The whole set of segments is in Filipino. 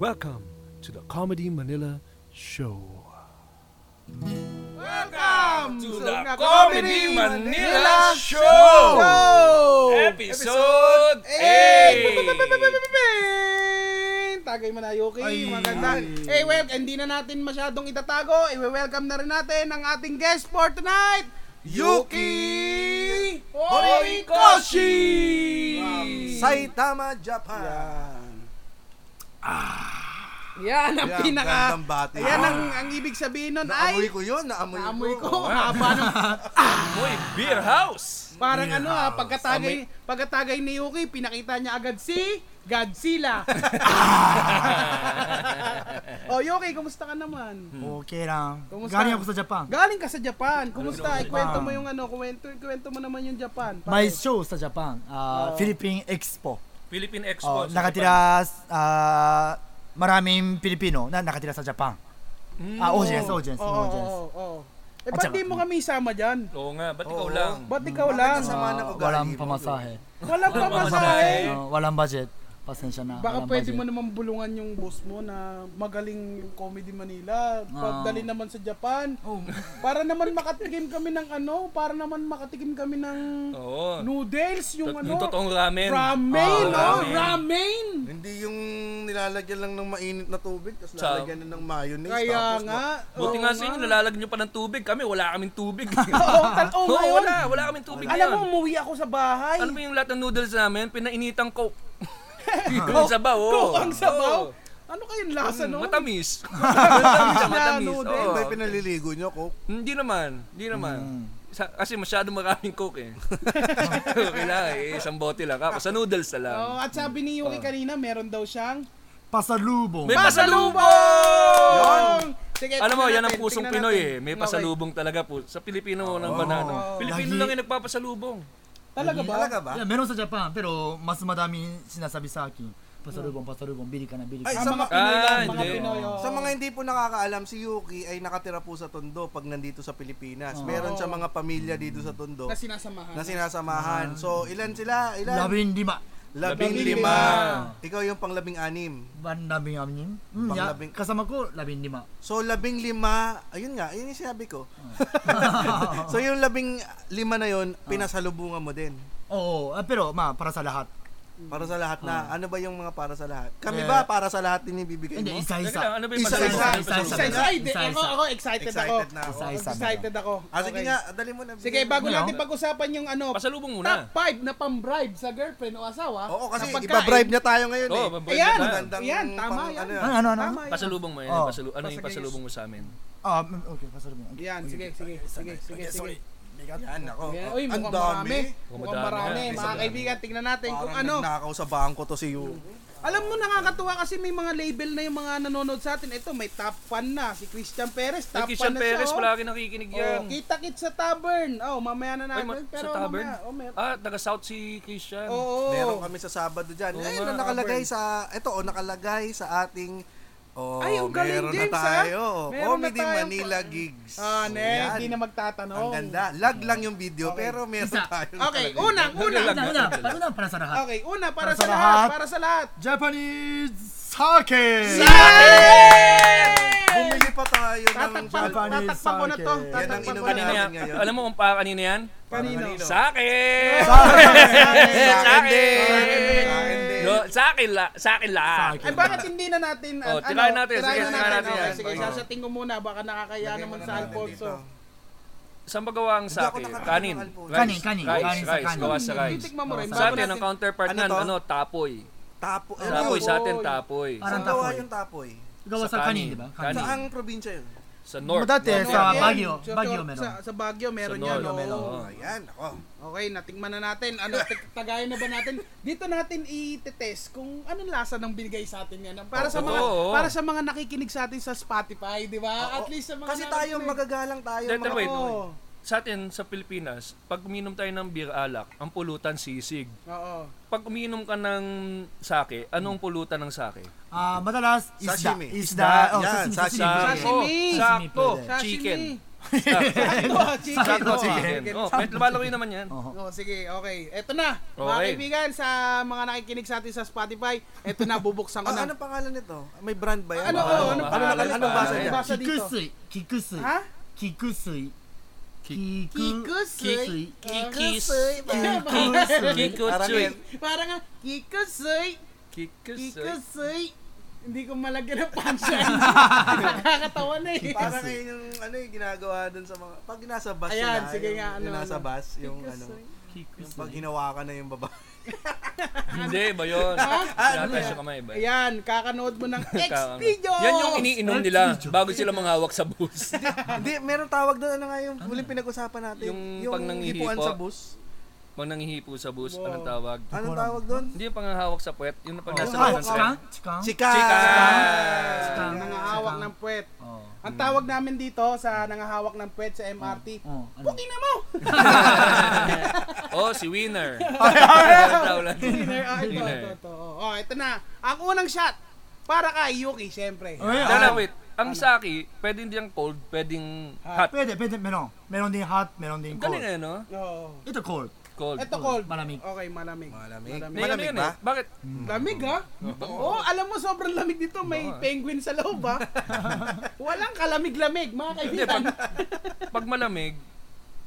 Welcome to the Comedy Manila Show. Welcome to the Comedy Manila Show! Episode 8! Tagay mo na, Yuki. Ay. Maganda. Hey, well, hindi na natin masyadong itatago. I-welcome na rin natin ang ating guest for tonight, Yuki Horikoshi! Saitama, Japan. Yan. Yan ang Yan, pinaka... gandang bati. Yan ang, ang ibig sabihin nun Naamoy ay... ko Oh, yun, naamoy, Amoy ko. ko. Haba ng Uy, Beer House! Parang ano ha, pagkatagay, pagkatagay ni Yuki, pinakita niya agad si Godzilla. oh, Yuki, kumusta ka naman? Okay lang. Kumusta? Galing ako sa Japan. Galing ka sa Japan. Kumusta? Galing ako sa Ikwento Japan. mo yung ano, kwento, kwento mo naman yung Japan. May Pare. show sa Japan. Ah, Oh. Philippine Expo. Philippine Oh, Expo. sa nakatira ah, maraming Pilipino na nakatira sa Japan. Mm. Ah, audience, Oo. audience, Oo, audience. oo, oo. Eh, At ba't saka- di mo kami isama dyan? Japan. Oo nga, ba't ikaw Oo. lang? Ba't ikaw lang? nasama- Sama na ako, Ah, walang galing mo. pamasahe. Walang pamasahe. pamasahe. Ah, walang budget. Pasensya na. Baka walang pwede budget. mo naman bulungan yung boss mo na magaling yung Comedy Manila. Ah. Pagdali naman sa Japan. Oh, Para naman makatikim kami ng ano, para naman makatikim kami ng Oo. noodles, yung Oh. ano, Tot- Yung totoong ramen. ramen, Oo, oh, ramen. ramen. Hindi yung nilalagyan lang ng mainit na tubig, tapos Sa- lalagyan na ng mayonnaise. Kaya tapos nga. Buti oo nga sa inyo, nga. nalalag nyo pa ng tubig. Kami, wala kaming tubig. Oo, tal- oo, Oo, ngayon. wala. Wala kaming tubig Alam mo, ngayon. umuwi ako sa bahay. Ano ba yung lahat ng noodles namin? Pinainitang coke. Yung sabaw, oo. Kung ang sabaw. Oo. Ano kayong lasa Mm, nun? Matamis. Matamis na matamis, noodles. oo. Oh, may pinaliligo nyo, Coke. Hindi naman. Hindi naman. Sa- kasi masyado maraming coke eh. Kailangan eh, isang bote lang. Ako, sa noodles na lang. Oo, at sabi ni Yuki kanina, meron daw siyang pasalubong. May pasalubong! Sige, Alam mo, tingnan yan ang natin, pusong tingnan Pinoy natin. eh. May Okay. pasalubong talaga po. Sa Pilipino ng banano. Pilipino Lagi. lang yung nagpapasalubong. Talaga ba? Talaga ba? Yeah, meron sa Japan, pero mas madami sinasabi sa akin. Pasalubong, pasalubong, bili ka na, bili Ay, ka. Ang sa mga ma- Pinoy lang, Ah, mga hindi. Pinoy. oh. oo. Sa mga hindi po nakakaalam, si Yuki ay nakatira po sa Tondo pag nandito sa Pilipinas. Meron siya mga pamilya dito sa Tondo na sinasamahan. na sinasamahan. So, ilan sila? Ilan? Labing lima. Labing Labing lima. lima. Ikaw yung panglabing anim. Ban labing anim. Mm, Pang yeah, labing- kasama ko, labing lima. So, labing lima, ayun nga, yun yung sinabi ko. so, yung labing lima na yun, Ah. pinasalubungan mo din. Oo, ah, pero ma, para sa lahat. Para sa lahat na, Ah. ano ba yung mga para sa lahat? Kami Eh, ba para sa lahat din ibibigay Hindi, mo? Teka isa-isa. lang, ano ba yung Isa, pasalubong? isa, Ano yung isa, pasalubong? Isa, isa, Isa, hindi. isa, isa. Ako, ako, excited ako. Excited na ako. Isa, isa. Excited ako. Ah, sige Okay. nga, dali mo na. bigyan Sige, mo. bago Ano? natin pag-usapan yung ano, Pasalubong muna. top 5 na pambribe sa girlfriend o asawa. Oo, kasi na pagkain. iba-bribe niya tayo ngayon Oo, eh. babayad Ayan, na. Magandang ayan, tama pang- yan. ano yan. Ano, ano, ano? Tama yan. Pasalubong mo yan. Oh. Pasalu- ano yung Pasagayos. pasalubong mo sa amin? Ah, mm, okay, pasalubong. Okay. Yan, sige, sige, sige, sige, sige. Yan, ako. Yan, Uy, Oh, Ang mukhang marami. dami. Mukhang Madami marami. yan. Mga kaibigan, tingnan natin Parang kung ano. nagnakaw sa bangko to si Yu. Alam mo, nakakatuwa kasi may mga label na yung mga nanonood sa atin. Ito, may top 1 na. Si Christian Perez, Si top 1 na Christian siya. Perez, oh. palagi nakikinig Oh, yan. kita-kit sa tavern. Oh, mamaya na Ay, ma- natin. sa Pero tavern? mamaya, oh, meron. Ah, taga South si Christian. Oo. Meron kami sa Sabado dyan. Oo Ayun, nga, nakalagay sa, ito oh, nakalagay sa ating Oh, Ay, ang galing, meron James, na ah. tayo. Meron na Comedy tayong- Manila Gigs. Ah, Yan. ne, hindi na magtatanong. Ang ganda. Lag lang yung video, Okay. pero meron Isa. tayo. Okay, nakalagay. unang, unang. Una, una, una para sa lahat. Okay, una Para para, sa, sa lahat. lahat. para sa lahat. Japanese sake! Yay! Bumili pa tayo ng Tatakpan, Japanese tatakpan ko na to. sake. Yan ang Tatakpan ko na. inuman Kanina Ano yan. Ngayon. Alam mo kung pa kanina yan? Kanino? Sa akin! Sa akin din. Sa akin din. Sa akin din. No, sa akin la, sa akin lahat. Sa Ay, bakit hindi na natin? ano, Oh, tirahin natin. Sige, na tirahin natin Okay, yan. sige, Oo. sasating ko muna. Baka nakakaya Lagyan mo naman na Ano sa natin Alfonso. dito. Saan ba gawa ang Hindi ako sake? nakakain Kanin. ng alcohol. Rice. Kanin, kanin. Rice, Kanin sa rice. kanin. Gawa sa rice. Titikman mo rin. Sa Sa bago atin, ang natin- counterpart Ano nan, to? ano, tapoy. Tapo. Ano Tapoy yun? sa atin, tapoy. Parang Saan gawa tapoy. yung tapoy? Gawa Sa sa kanin, kanin. di ba? Kanin. Kanin. Saang probinsya yun? Sa north. Dati, North. sa Yan, Baguio. sa- Baguio sa- meron. Sa Baguio meron Sa yan. Nolo, oo. meron. Oo. Oh, Ayan, ako. Okay, natikman na natin. Ano, t- tagayan na ba natin? Dito natin i-test kung anong lasa ng binigay sa atin yan. Para sa Oo, mga oo. para sa mga nakikinig sa atin sa Spotify, di ba? Ah, At Oo. least sa mga Kasi tayo nanonood. magagalang tayo. Dito, mga- wait. Oo. Sa atin, sa Pilipinas, pag uminom tayo ng beer alak, ang pulutan sisig. Oo. Pag uminom ka ng sake, anong pulutan ng sake? Ah, madalas, isda. Sashimi. Isda. Isda. Oh, Yan, sashimi. sashimi. sashimi. Sashimi. oh, Sakto. Sashimi Chicken. Sashimi. Sakto, ah, chicken. Sakto, Oh, chicken. chicken. Oh, med- lumalaki naman yan. Oo. Oh, sige, okay. Eto na, mga Okay. kaibigan, sa mga nakikinig sa atin sa Spotify, eto na, bubuksan ko na. Ah, ano pangalan nito? May brand ba yan? Ano, Mahal, ano, ano, mahal, ano, ano, mahal. basa niya? Basa dito. 菊水、菊水、 Ha? 菊水、菊、 Kikusui. 菊水、 Kikusui. Parang Kikutsuy. yan. Parang nga, Kikusui. Kikutsuy. Kikusui. Hindi ko malagyan ng punchline. Nakakatawa na eh. Parang yun yung ano yung ginagawa dun sa mga pag nasa bus Ayan, sila, sige yung, nga, ano, yung nasa ano. bus yung ano yung pag hinawakan na yung babae. Hindi ba yun? Tinataas yung kamay ba? Ayan, kakanood mo ng Kaka- X-Video. ano? Yan yung iniinom nila bago sila manghawak sa bus. Hindi, meron tawag doon ano nga yung huling pinag-usapan natin. Yung pag nanghihipo. hipuan sa bus. Pag nanghihipo sa bus, Wow. anong tawag? Anong tawag doon? Hindi yung panghahawak sa puwet, yung pag nasa hawak ng tren. Chika! Chika! Ah, Nangahawak ng puwet. Oh. Ang tawag namin dito sa nangahawak ng puwet sa MRT, Ano? Puki na mo! Oh, si Winner. Wala Winner, ah, ito, ito, ito. Oh, ito na. Ang unang shot, para kay Yuki, syempre. Dala, wait. Ang saki, pwedeng diyang cold, pwedeng hot. Pwede, pwede, meron. Meron din hot, meron din Ang cold. Galing eh, no? Oo. Ito cold. Cold. Ito cold. malamig. Okay, malamig. Malamig. Hindi, ano Malamig yan ba? eh? Bakit? Lamig ha? Oo, alam mo sobrang lamig dito. May penguin sa loob ha? Walang kalamig-lamig, mga Hindi, kaibigan. pag, pag malamig,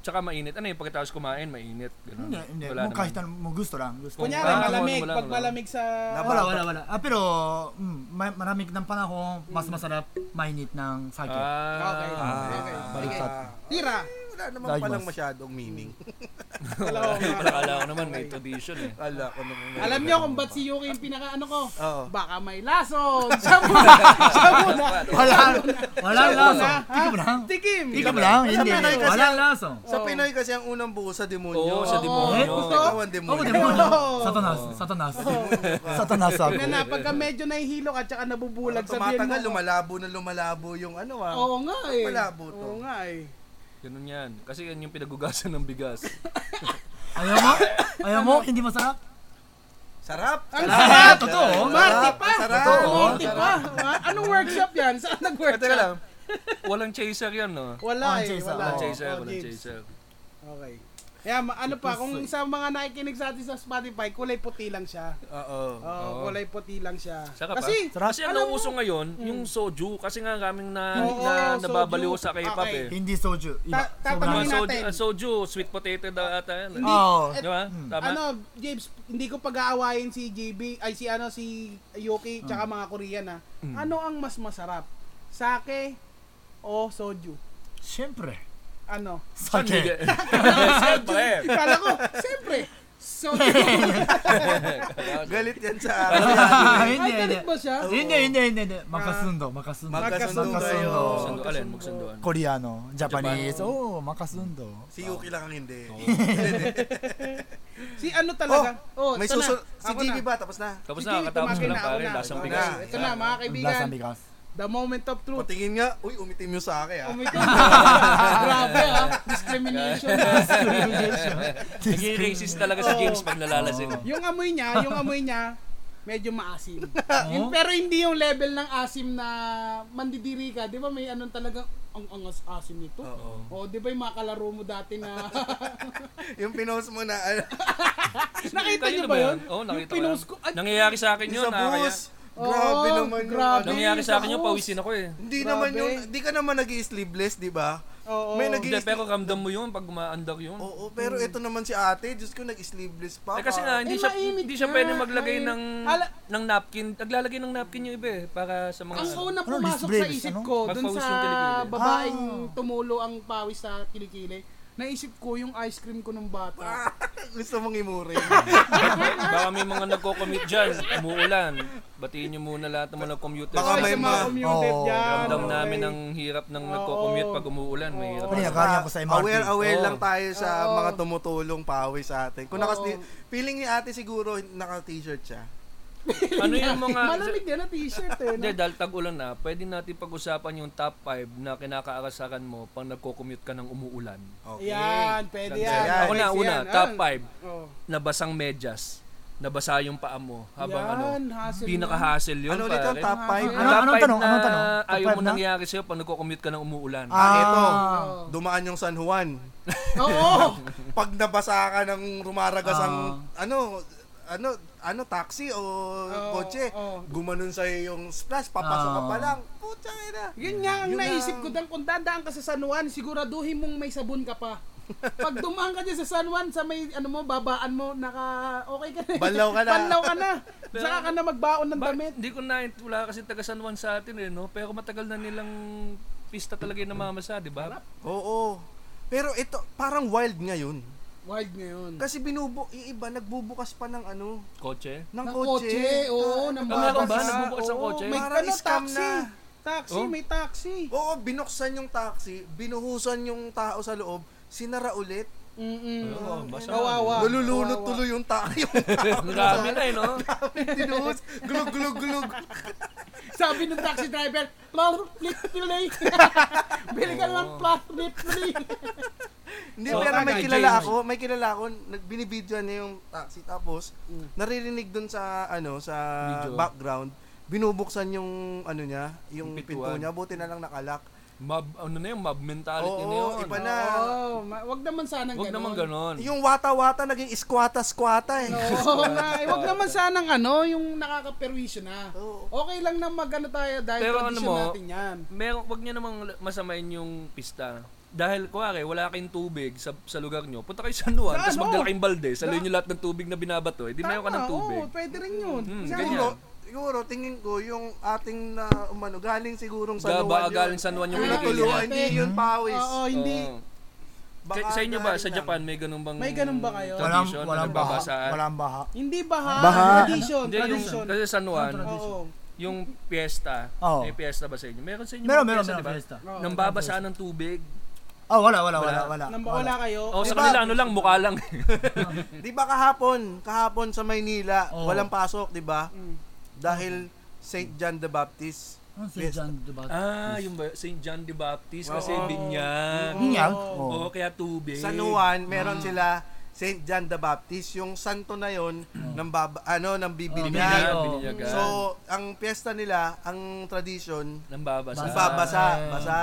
tsaka mainit. Ano yung pagkatapos kumain, mainit. Ganun. Hindi, hindi. Wala Kung naman. kahit anong- mo gusto lang. Gusto. Kunyari, Ah, malamig. wala, wala, Pag wala. malamig sa... Napa- wala, wala, wala. Ah, pero mm, ma- maraming ng panahon, mas masarap, mainit ng sake. Ah, Okay. Okay. Sige. Baliktad. Tira. Ah, Wala naman palang Diamonds. masyadong meaning. Hello, mga Wala, Akala ko naman, may tradition eh. Ala ko naman. Alam niyo kung ba't si Yuki yung pinaka ano ko? Oo. Baka may lason. Siya muna. Siya muna. Wala, wala Siya lang. muna, ha? Tikom lang. Tikim. Tikom lang, hindi. Sabi na- Wala lang. Sa Pinoy kasi ang unang buo sa demonyo. Oo, sa demonyo. Oo. eh, Ikaw ang demonyo. Ako din mo. Oo. Satanas, satanas. Satanas ako. Na na, pagka medyo nahihilo ka tsaka nabubulag, sabihin Tumatagal, mo. lumalabo na lumalabo yung ano ah. Oo nga eh. Malabo to. Oo nga eh. Ganun yan. Kasi yan yung pinagugasan ng bigas. Ayaw mo? Ayaw mo? Hindi masarap? Sarap! Ang Sarap! sarap! Totoo? Marti pa! Sarap! Oh. Marti pa! Ha? Anong workshop yan? Saan Eh, teka nag-workshop? lang. Walang chaser yan, no? Walang Wala eh. chaser. Wala. Walang Oo. chaser, Oh, walang James. chaser. Okay. Kaya ma- ano pa, kung sa mga nakikinig sa atin sa Spotify, kulay puti lang siya. Oo. Oh, kulay puti lang siya. Saka pa? Kasi, Sarap. Kasi ang Alam mo- mm. nauuso ngayon, yung soju. Kasi nga kaming na, Oo, na soju. nababaliw sa K-pop Okay. eh. Hindi soju. Iba. Sobrang. Ta- Mga tatanungin soju, natin. ah, soju, sweet potato daw ata yan. Hindi- Oo. eh, Di ba? Tama? ano, James, hindi ko pag-aawayin si JB, ay si ano, si Yuki, tsaka mga Korean ha. Ano ang mas masarap? Sake o soju? Siyempre. Ano? Ah, Sake. Siyempre. Kala ko, siyempre, soju. Galit yan sa akin. Hindi, Ay, hindi. galit ba siya? Hindi, hindi, hindi, hindi. Makasundo, makasundo. Magkasundo Magkasundo kayo. kayo. Sando, alin, magsandoan. Koreano, Japanese. Oo, oh, makasundo. Si Yuki lang ang hindi. Oh. Si ano talaga? Oh, May ito na. susunod. Si Ako GB na. ba? Tapos na. Tapos Si na, Jimmy, katapos ko tumagin lang na, ako pare, na. lasang Ako bigas. na. Ito na mga kaibigan, Lasang bigas. the moment of truth. Patingin nga. Uy, umitim yung sa akin ah. Umitim. Grabe ah, discrimination. Naging racist talaga sa games pag nalalasin. yung amoy niya, yung amoy niya, medyo maasim. Yun, pero hindi yung level ng asim na mandidiri ka. Di ba may anong talagang ang angas asim nito? Oo. O, di ba yung mga kalaro mo dati na... Yung pinost mo na ano. nakita Kayo niyo na ba yun? Oo, yung nakita ko yan. pinost ko. Ay, Nangyayari sa akin yun, Sa nakakaya. bus. Grabe Oo, naman grabe. yun. Ano. Nangyayari sa akin yun, Sa bus. pawisin ako eh. Hindi Grabe. naman yun. Hindi ka naman nag sleeveless di ba? Oo. May nag Hindi, pero ramdam mo yun pag umaandak yun. Oo, pero ito naman si ate. Diyos ko, nag-sleeveless pa. Eh kasi nga, Hmm. hindi Eh, siya, mainit hindi siya nga, pwede maglagay mainit. ng, Ala- ng napkin. Naglalagay ng napkin yung iba eh, para sa mga... Ang una Ano, pumasok disgrace, sa isip ano? ko, dun Magpawis sa yung kilikili. babaeng Ah. tumulo ang pawis sa kilikili, naisip ko yung ice cream ko nung Ah. bata. Gusto mong imurin. Baka may mga nagko-commute dyan, umuulan. Batiin nyo muna lahat ng mga nag-commute. Baka may Ay, sa mga ma- commuted Oo, dyan. Ramdam okay. namin ang hirap ng nagko-commute pag umuulan. Mahirap. Ano yan, kaya ko sa MRT. Aware, aware Oo. lang tayo sa Oo. mga tumutulong pawis sa atin. Kung nakas, Oo. feeling ni ate siguro naka-t-shirt siya. Ano yung mga... Malamig din na t-shirt eh. Hindi, no? dahil tag-ulan na, pwede natin pag-usapan yung top 5 na kinakaarasakan mo pag nagko-commute ka ng umuulan. Okay. Yan, pwede yan. Yan. Ako na, Nice una, yan. top Ah. 5, Oh. nabasang medyas. nabasa yung paa mo habang Yan, ano. hassle yan. Pinaka-hassle yun, Ano ulit yung pare. top Ano, 5? Top anong five tanong? na Anong tanong? Top Ayaw five mo na? nangyari sa'yo pag nagko-commute ka ng umuulan. Ah. Ito, Oo. dumaan yung San Juan. Oh. Oo. Pag nabasa ka ng rumaragas Ah. ang, ano, ano, ano, taxi o kotse, oo. gumanon sa'yo yung splash, papasok ka Ah. pa lang. Putya ina. Yun nga ang Yun naisip ang- ko dang kung dadaan ka sa San Juan, siguraduhin mong may sabon ka pa. Pag dumaan ka dyan sa San Juan, sa may ano mo, babaan mo, naka okay ka na. Banlaw ka na. Banlaw ka na. Saka ka na magbaon ng Ba- damit. Hindi ko na, wala kasi taga San Juan sa atin eh, no? Pero matagal na nilang pista talaga yung namamasa, di ba? Oo. Pero ito, parang wild ngayon. Wild ngayon. Kasi binubu, yung iba, nagbubukas pa ng ano, Kotse. ng, Ng kotse. kotse, oo, ng Ah, meron ba? babasa. Nagbubukas ng Oo, kotse? May Parang ano, scam taxi. na. Taxi, Oh. may taxi. Oo, binuksan yung taxi, binuhusan yung tao sa loob, sinara ulit. Mm-mm. Oo, oh, basa. Kawawa. Ah, Nalulunod Kawawa. tuloy yung tao. Yung tao. Ang dami na eh, no? Dinuhus, gulog, gulog, gulog. Sabi ng taxi driver, flip tuloy. Bili Oh. ka ng flip tuloy. Hindi, So, pero may tagay, kilala James. ako, may kilala ako, nagbinibidyoan niya yung taxi. Tapos, naririnig dun sa, ano, sa Mm. Video. background, binubuksan yung, ano niya, yung Yung pinto pintuan. niya, buti na lang nakalak. Mob, ano na yun, mob mentality Oo, na yun. iba na. Oo, ma- wag naman sanang Huwag naman ganon. Yung wata-wata, naging iskwata-skwata eh. Oo nga, eh, wag naman sanang ano, yung nakakaperwisyo na. Oo. Okay lang na magano tayo dahil Pero ano tradisyon mo, natin yan. Meron, wag niya namang masamain yung pista. Dahil, kuwari, wala kayong tubig sa, sa lugar nyo, punta kayo sa San Juan, Na, tapos ano? magdala kayong balde, saluin nyo lahat ng tubig na binabato, eh, di meron ka ng tubig. Oo, pwede rin yun. Mm, Kasi ano, ganyan. Siguro, siguro, tingin ko, yung ating na, umano, galing sigurong sa Ga, baka Luwan galing San Juan Ah, yung Pilipinas. Tuluan, hindi yun pawis. Oo, hindi. Oo. Kay- sa inyo ba, sa galing lang. Japan, may ganun bang May ganun ba kayo? Walang, tradition walang na baha. nagbabasaan? Walang baha. Hindi baha, Baha. tradition, Hindi, yung, Oh, tradition. kasi San Juan, Oo. yung piyesta, Oo. may piyesta ba sa inyo? Meron sa inyo Meron, mga meron, piyesta, meron. di ba? Fiesta. Oo. Nang babasaan ng tubig. Oh, wala, wala, wala, wala. Nang wala kayo. O, sa Diba? kanila, ano lang, mukha lang. Di ba kahapon, kahapon sa Maynila, Oo. walang pasok, di ba? Dahil St. John the Baptist. Ano si Yes. John, diba? ah, yung ba- St. John the Baptist, kasi Oo. binyan. Yun yan. Oo, Oh. kaya tubig. Sa Nuan, meron sila St. John the Baptist, yung santo na yon ng baba, ano ng Binyan, bibiligan. Oo. binyagan. So, ang piyesta nila, ang tradisyon, nang babasa. babasa, basa.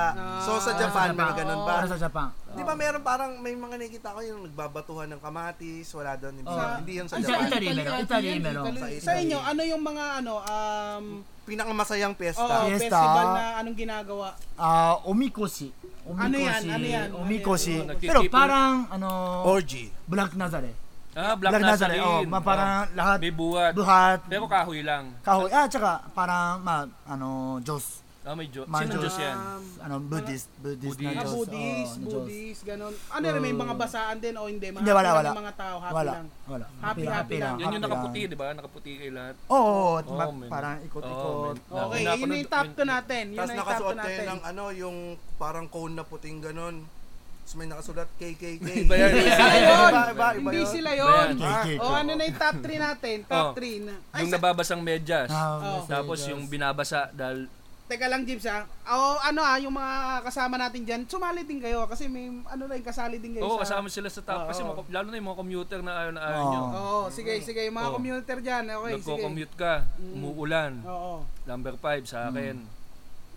So sa Japan may ganun ba? Para sa Japan. Di ba meron parang may mga nakikita ko yung nagbabatuhan ng kamatis, wala doon, hindi, Oo. hindi yun sa Ay, Japan. Italy meron, ata Italy yan, meron. Italy. Sa Sa Italy. inyo, ano yung mga ano, um, Pinakamasayang oo, piyesta. Fiesta. festival na anong ginagawa? Ah, omikoshi. Omikoshi. Ano yan? Ano yan? Omikoshi. Ano yan? Pero parang, ano, Orgy. Black Nazare. Ah, Black, Black Nazare, Nazarene. Ah, oh, ma- parang lahat, May buhat. buhat, Pero kahoy lang. kahoy, ah, tsaka parang, ma, ano, Diyos, Ah, may Diyos. Mga Sinong Diyos. Diyos yan? ano, Buddhist, Buddhist, Buddhist. na Ah, Diyos. Buddhist, oh, na Diyos. Buddhist, ganun. Ano rin, may mga basaan din o hindi? Hindi, wala, Happy wala. lang yung mga tao, happy wala, lang. wala. Happy, happy lang. Yan yung happy lang. nakaputi, di ba? Nakaputi kay lahat. Oo, oh, Oh, man. parang ikot-ikot. Oh, man. Okay, Napanood- yun yung top 2 natin. Yun Tapos na yung top nakasuot 2 kayo natin. ng ano, yung parang cone na puting ganun. Tapos may nakasulat KKK. Iba yan. Ayun! Iba, iba, iba Hindi yun. sila Iba yun. yan. O ano na yung top 3 natin? Top Oh. 3 na. Ay, Yung sa- nababasang medyas. Oh, Ah, Tapos yung binabasa dahil teka lang, Jibs ha. O ano ah, yung mga kasama natin dyan, sumali din kayo kasi may ano rin, kasali din kayo Oo, sa... kasama sila sa top. Kasi Oo. mga- lalo na yung mga commuter na ayaw na ayaw Oo. nyo. Oo, sige, sige. Yung mga Oo. commuter dyan, okay, sige. Mm. Nagko-commute ka, umuulan, Oo. Mm. number 5 sa akin,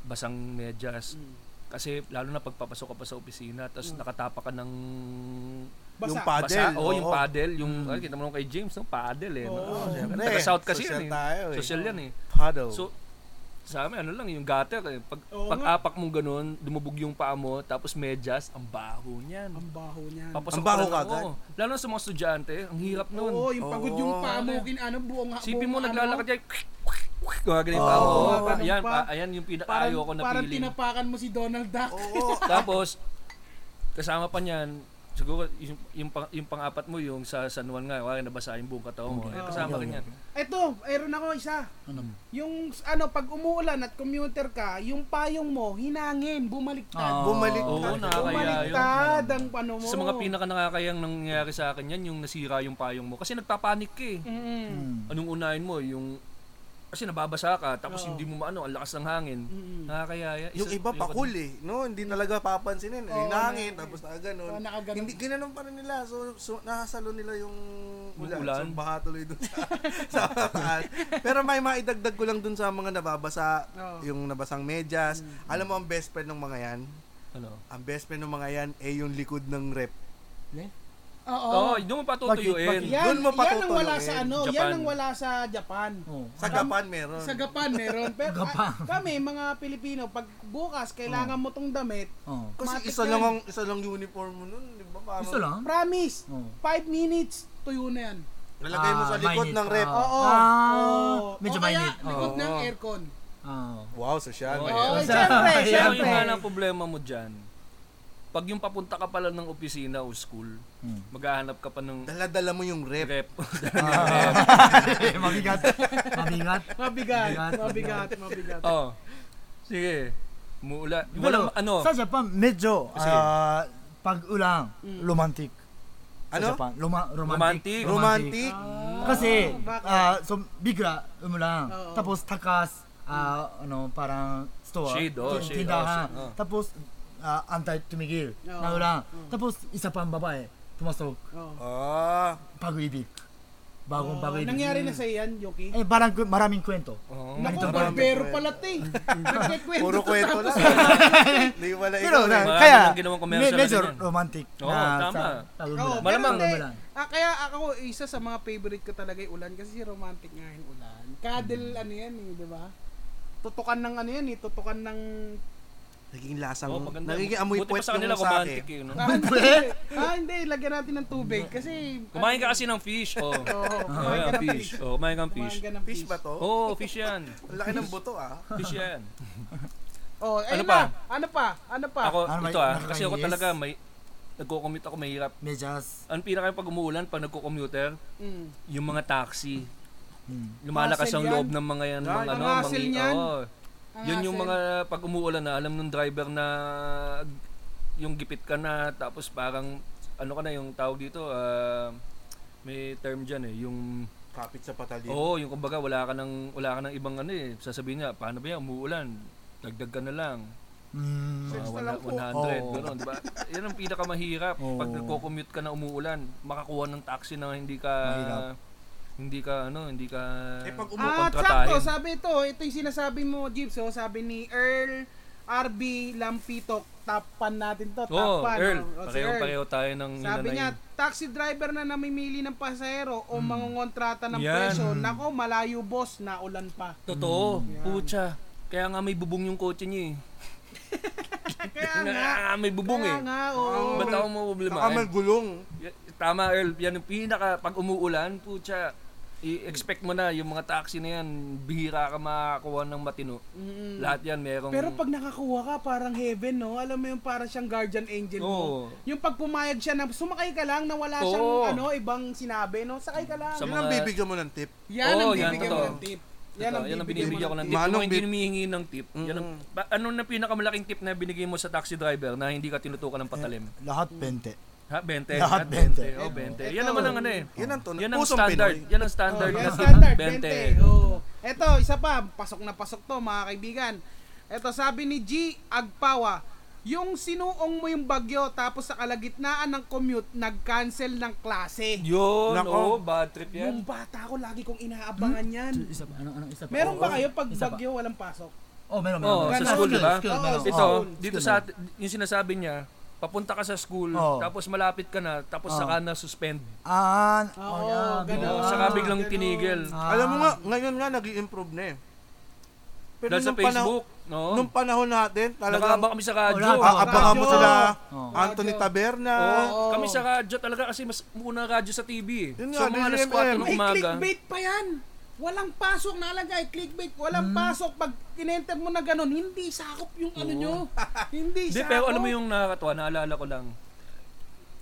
basang medyas. Kasi lalo na pagpapasok ka pa sa opisina, tapos Mm. nakatapak ka ng Basa. Yung paddle. basa. Oo, yung oo. paddle. Yung, ay, kita mo naman kay James, no? paddle eh. No? Hmm. Oo. Siyempre, Siyempre, Taga-south kasi social yan eh. tayo eh. Social yan eh. Paddle. So, sa amin, ano lang, yung gutter eh. Pag, Oo pag-apak mo ganun, dumubog yung paa mo, tapos medyas, ang baho niyan. Ang baho niyan. Papasok Ang baho ka lang, kagad. oo. Lalo na sa mga estudyante, ang hirap nun. Oo, yung pagod yung Oo. pamukin, ano, buong Sipin mo, buong ano. naglalakad yan. Gumagano yung paa mo. Oo, Pa- ganun Ayan, pa. pa- ayan yung Parang, pinaka-ayoko na parang feeling. tinapakan mo si Donald Duck. Oo. Tapos, kasama pa niyan, siguro yung, yung, pang, yung pang-apat mo, yung sa San Juan nga, kaya nabasa yung buong katawan mo. Eh, kasama ka niyan. Eto, meron ako isa. Yung ano, pag umuulan at commuter ka, yung payong mo, hinangin, Ah, bumaliktad. Bumalik Oo, ka. nakakaya Ah, yun. bumaliktad ang ano mo. Sa mga pinaka-nakakayang nangyayari hmm. sa akin yan, yung nasira yung payong mo. Kasi nagpapanik ka eh. Mm. Anong unahin mo? Yung Kasi nababasa ka, tapos Oo. hindi mo maano, ang lakas ng hangin. Mm-mm. Nakakayaya. Isa- Yung iba pa cool eh, no? Hindi talaga papansinin. Oo, Oh, Hinangin, na- tapos na ganun. Oo, nakaganon. Hindi, ginanon pa rin nila. So, so nakasalo nila yung ulan. ulan. So, baka tuloy dun sa, sa taas. Pero may maidagdag ko lang dun sa mga nababasa, Oo. Mm. yung nabasang medyas. Alam mo, ang best friend ng mga yan, Ano? ang best friend ng mga yan, eh yung likod ng rep. Oo. Oo, oh, doon mo patutuyuin. Bakit? Yan, Doon mo yan ang wala patutuloyin. sa ano, yan Japan. ang wala sa Japan. Oh. Sa Gapan meron. Sa Japan meron. Pero ah, kami mga Pilipino, pag bukas kailangan Hmm. mo tong damit, Oh. Kasi Matik isa yan. lang, ang, isa lang uniform mo nun, di ba? Parang, Gusto lang? Oh. promise, Oo. 5 minutes tuyo na yan. Lalagay mo sa Ah, likod mainit ng pa. rep. Ah. Oo. Ah, oo. medyo o kaya, mainit. likod Oo. ng aircon. Ah. Wow, social. Oo, Oo, Ayan. syempre, Kaya syempre. yung nga lang problema mo dyan, pag yung papunta ka pala ng opisina o school, Hmm. maghahanap ka pa ng Dala-dala mo yung rep. rep. Eh, mabigat. Mabigat. Mabigat, Mabigat, mabigat, mabigat. oh. Sige. Muula. Walang Pero, ano. Sa Japan, medyo ah, pag-ulan, Hmm. romantic. Sa Ano? Japan, Roma- romantic. Romantic. Romantic. Kasi, bakit? ah, so, bigla umulan. Oo. Tapos, takas, ah, ano, parang store. Shade, oh, tin- shade, Tindahan. oh, shade, oh. Tapos, ah, antay tumigil. Oo. Na ulan. Tapos, isa pang babae, pumasok, Oo. Ah. pag-ibig. Bagong Oo, pag-ibig. nangyari na sa iyan, Yuki. Eh, parang gu- maraming kwento. Oo. Naku, Maraming barbero kwento. pala eh. te. Nagkikwento Puro to kwento tapos- lang. Hindi eh. wala Pero, na, Marami kaya, nang ginawang commercial me- medyo na ganyan. romantic. Oo, tama. Oo, pag-ulan. pero Malamang- hindi. Malamang. Ah, kaya ako, isa sa mga favorite ko talaga yung ulan kasi romantic nga yung ulan. Mm-hmm. Cuddle, ano yan eh, di ba? Tutukan ng ano yan eh, tutukan ng... Naging lasang, Oh, maganda. nagiging amoy Buti pa puwet sa kanila yung sake. romantic eh. yun. No? Ah, hindi. ah, hindi, lagyan natin ng tubig kasi... Kumain ka kasi ng fish. Oo, Oh. kumain Kumain ka ka ng fish. fish. Oh, kumain ka ng Kumain fish. ka ng Fish ba to? Oh, fish yan. Ang laki ng buto ah. Fish yan. Oh, ayun Ano pa? na. Ano pa? Ano pa? Ako, Ano, may- ito ah. nakakainis? Kasi ako talaga, may, nagko-commute ako mahirap. Medyas. Ang pinaka yung pag umuulan, pag nagko-commuter, Mm. yung mga taxi. Hmm. Lumalakas Hassle ang yan. loob ng mga yan. Right. Mga, Ang ano, hassle mga, yan. oo. Ang Yun yung hassle. mga pag umuulan na alam nung driver na yung gipit ka na tapos parang ano ka na yung tawag dito ah, may term diyan eh yung Kapit sa patalim. oo yung kumbaga wala ka ng wala ka ng ibang ano eh sasabihin niya paano ba yan umuulan dagdag ka na lang Mm. mga Sense na lang po. Ah, wala- 100 Oo. ganun di ba yan ang pinakamahirap Oo. pag nagko-commute ka na umuulan makakuha ng taxi na hindi ka Mahirap. hindi ka ano hindi ka Eh, pag umu- Ah, kontratahin. sakto. Sabi ito, ito yung sinasabi mo, Jeeps. Oh, sabi ni Earl RB Lampitok. Tapan natin to. Top Oo, pan, Earl, oh. Oh, si pareho-pareho tayo ng Sabi inanay. niya, taxi driver na namimili ng pasahero o mangongontrata ng Hmm. Yan. presyo, nako, malayo boss, naulan pa. Totoo. Pucha. Kaya nga may bubong yung kotse niya eh. Kaya nga, Nga, may bubong kaya eh. nga, oo. Ba't ako mo Saka may gulong. Tama Earl, yan yung pinaka, pag umuulan, pucha, i-expect mo na yung mga taxi na yan, bihira ka makakuha ng matino. Mm. Lahat yan merong... Pero pag nakakuha ka, parang heaven, no? Alam mo yung parang siyang guardian angel mo. Oo. Yung pag pumayag siya na sumakay ka lang na wala siyang Oo. ano, ibang sinabi, no? Sakay ka lang. Sa Yun mga- ang bibigyan mo ng tip. Yan ang Oo, yan, bibigyan mo totoo. ng tip. Yan, ang, yan ang binibigyan ko ng tip. Yung Manong mga hindi bib- humihingi ng tip. Yan ang, ba- ano na pinakamalaking tip na binigay mo sa taxi driver na hindi ka tinutukan ng patalim? Lahat 20. Ha? 20? Lahat Ha? 20. 20? Oh, 20. Yan naman ang ano eh. Ah, Yan ang tunay. Yan ang Pusong standard. Pinoy. Yan ang standard. Oh, na yan tip. standard, 20. 20. Oh. Ito, isa pa, pasok na pasok to mga kaibigan. Ito, sabi ni G. Agpawa, yung sinuong mo yung bagyo tapos sa kalagitnaan ng commute, nag-cancel ng klase. Yun, Nako. oh, bad trip yan. Nung bata ko, lagi kong inaabangan yan. Hmm. Isa pa, ano, ano, isa pa. Meron Oo. ba kayo pag Isa pa. bagyo walang pasok? Oh, meron, meron. Oh, meron. sa Ganun. school, di ba? Skill, meron. Oo, Oh, Ito, school. dito Skill sa at- yung sinasabi niya, papunta ka sa school, Oh. Oo. tapos malapit ka na, tapos Oo. saka na suspend. Ah, oh, Oo, yeah, ganun. Oo, ganun. saka Ah, biglang ganun. tinigil. Ah. Alam mo nga, ngayon nga nag improve na eh. Pero Dahil sa nung panahon- Facebook, Oh. no? Nung panahon natin, talagang Nakaabang kami sa radyo. Oo, lahat. aabangan Ah, mo Radyo. sila Oh, Oo. Anthony Taberna. Oo, Kami sa radyo talaga kasi mas muna radyo sa TV. Yun so nga, mga alas DZMM. 4 ng May umaga. clickbait pa yan. Walang pasok nakalagay, clickbait. Walang Hmm. pasok. Pag kinenter mo na ganun, hindi sakop yung ano nyo. hindi Hindi, sakop. pero ano alam mo yung nakakatawa, naalala ko lang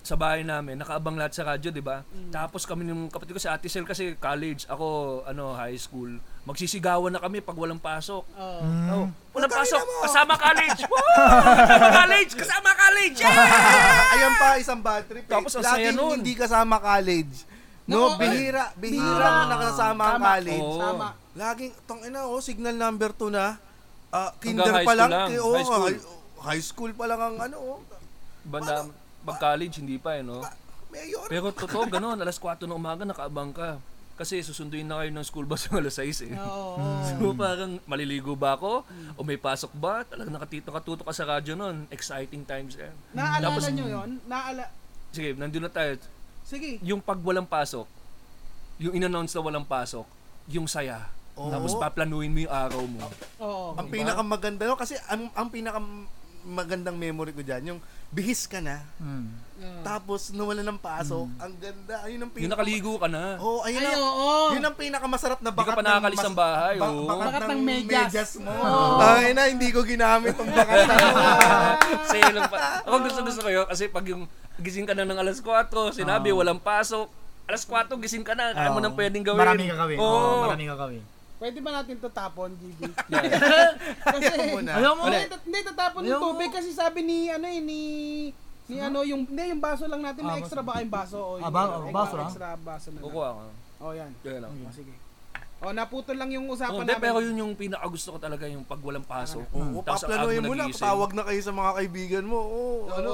sa bahay namin, nakaabang lahat sa radyo, di ba? Mm. Tapos kami ng kapatid ko si Ate Sel kasi college, ako ano high school. Magsisigawan na kami pag walang pasok. Oo. Hmm. Oh, walang pasok, kasama college. Woo! kasama college, kasama college. Yeah! Ayan pa, isang bad trip. eh. Tapos ang saya Laging nun. hindi kasama college. No, Nako, bihira, eh, bihira. bihira na nakasama ang Tama. college. Oo. Tama. Laging, tang ina, oh, signal number 2 na. Ah, high kinder pa school lang. lang, Ki- oh, high high school. school. high school pa lang ang ano, oh. Banda, pag college, hindi pa eh, no? Mayor. Pero totoo, ganun, alas 4 ng umaga, nakaabang ka. Kasi susunduin na kayo ng school bus ng alas 6 eh. Oo. Hmm. So parang maliligo ba ako? O may pasok ba? Talagang nakatito katuto ka sa radyo nun. Exciting times yan. Naalala Tapos- nyo yun? Naala... Sige, nandun na tayo. Sige. Yung pag walang pasok, yung in-announce na walang pasok, yung saya. Tapos paplanuin mo yung araw mo. Oo. diba? Ang pinakamaganda, no? Kasi ang, ang pinakamagandang memory ko dyan, yung bihis ka na, hmm. Hmm. Oo. tapos nawala ng pasok. Ang ganda. Ayun ang Yung pinaka... nakaligo ka na. Oh, ayun Ay, ang, oo. Yun ang pinakamasarap na Hindi bakat ka pa nakakalis ng bahay. ba- oo. bakat, Bakat ng ng medyas. medyas, mo. Ay na, hindi ko ginamit ang bakat na Sa'yo lang pa. Ako gusto gusto ko yun kasi pag yung gising ka na ng alas 4, sinabi walang pasok, alas 4 gising ka na, kaya mo nang pwedeng gawin. Maraming gagawin. Oo. Oo, maraming gagawin. Pwede ba natin to tapon, GB? Ayaw mo na. Ayaw mo? Hindi, tat- hindi tatapon ng Ayaw mo. tubig kasi sabi ni ano eh, ni ni ano yung hindi yung baso lang natin may Ah, extra ba kayong baso o Ah, ba- oh, baso lang? extra baso na lang. Kukuha ko. Oh, yan. Yun lang. O, sige. Oh, naputol lang yung Oo, usapan hindi, namin. pero yun yung pinakagusto ko talaga yung pag walang pasok. Mm. Oo, Tapos ang paplanuhin aga mo na, nagising. patawag na kayo sa mga kaibigan mo. Oo, ano,